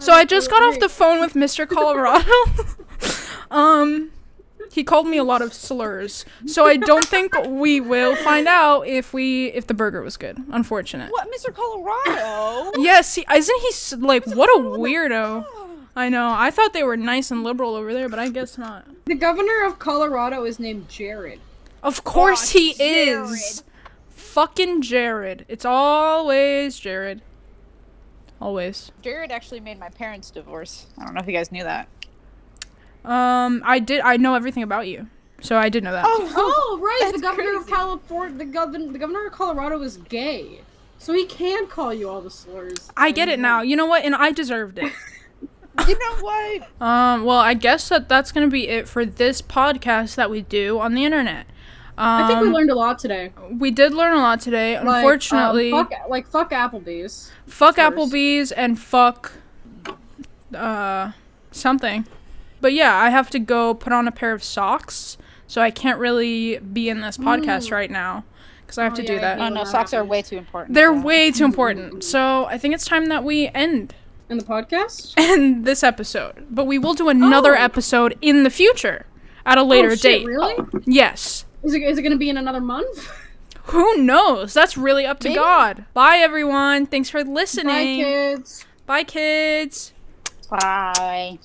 Speaker 1: So I just got off the phone with Mr. Colorado. um, he called me a lot of slurs. So I don't think we will find out if we if the burger was good. Unfortunate.
Speaker 5: What, Mr. Colorado?
Speaker 1: Yes, he, isn't he s- like what a weirdo? I know. I thought they were nice and liberal over there, but I guess not.
Speaker 2: The governor of Colorado is named Jared.
Speaker 1: Of
Speaker 2: Oh,
Speaker 1: course he is. Fucking Jared. It's always Jared. Always.
Speaker 3: Jared actually made my parents divorce. I don't know if you guys knew that.
Speaker 1: Um, I did. I know everything about you, so I did know that.
Speaker 2: Oh, right. the governor of California, the governor, the governor of Colorado is gay, so he can call you all the slurs.
Speaker 1: I get it now. You know what? And I deserved it.
Speaker 5: you know
Speaker 3: Oh,
Speaker 5: what?
Speaker 1: um, well, I guess that that's gonna be it for this podcast that we do on the internet. Um,
Speaker 2: I think we learned a lot today.
Speaker 1: we did learn a lot today.
Speaker 2: Like, um,
Speaker 1: Unfortunately,
Speaker 2: fuck, like fuck Applebee's.
Speaker 1: fuck,
Speaker 2: first.
Speaker 1: Applebee's and fuck, uh, something. But yeah, I have to go put on a pair of socks, so I can't really be in this podcast right now because I have
Speaker 2: Mm. Oh,
Speaker 1: to
Speaker 2: yeah,
Speaker 1: do
Speaker 2: yeah,
Speaker 1: that.
Speaker 2: yeah.
Speaker 3: Oh no, socks are way too important.
Speaker 1: They're
Speaker 3: Yeah.
Speaker 1: way too important. So I think it's time that we end
Speaker 2: In the podcast?
Speaker 1: end this episode. But we will do another
Speaker 2: Oh.
Speaker 1: episode in the future at a
Speaker 2: Oh,
Speaker 1: later
Speaker 2: shit,
Speaker 1: date.
Speaker 2: Really?
Speaker 1: Yes.
Speaker 2: Is it, is it gonna be in another month?
Speaker 1: Who knows? That's really up to God. Bye everyone. Thanks for listening.
Speaker 2: Bye, kids.
Speaker 1: Bye kids.
Speaker 3: Bye.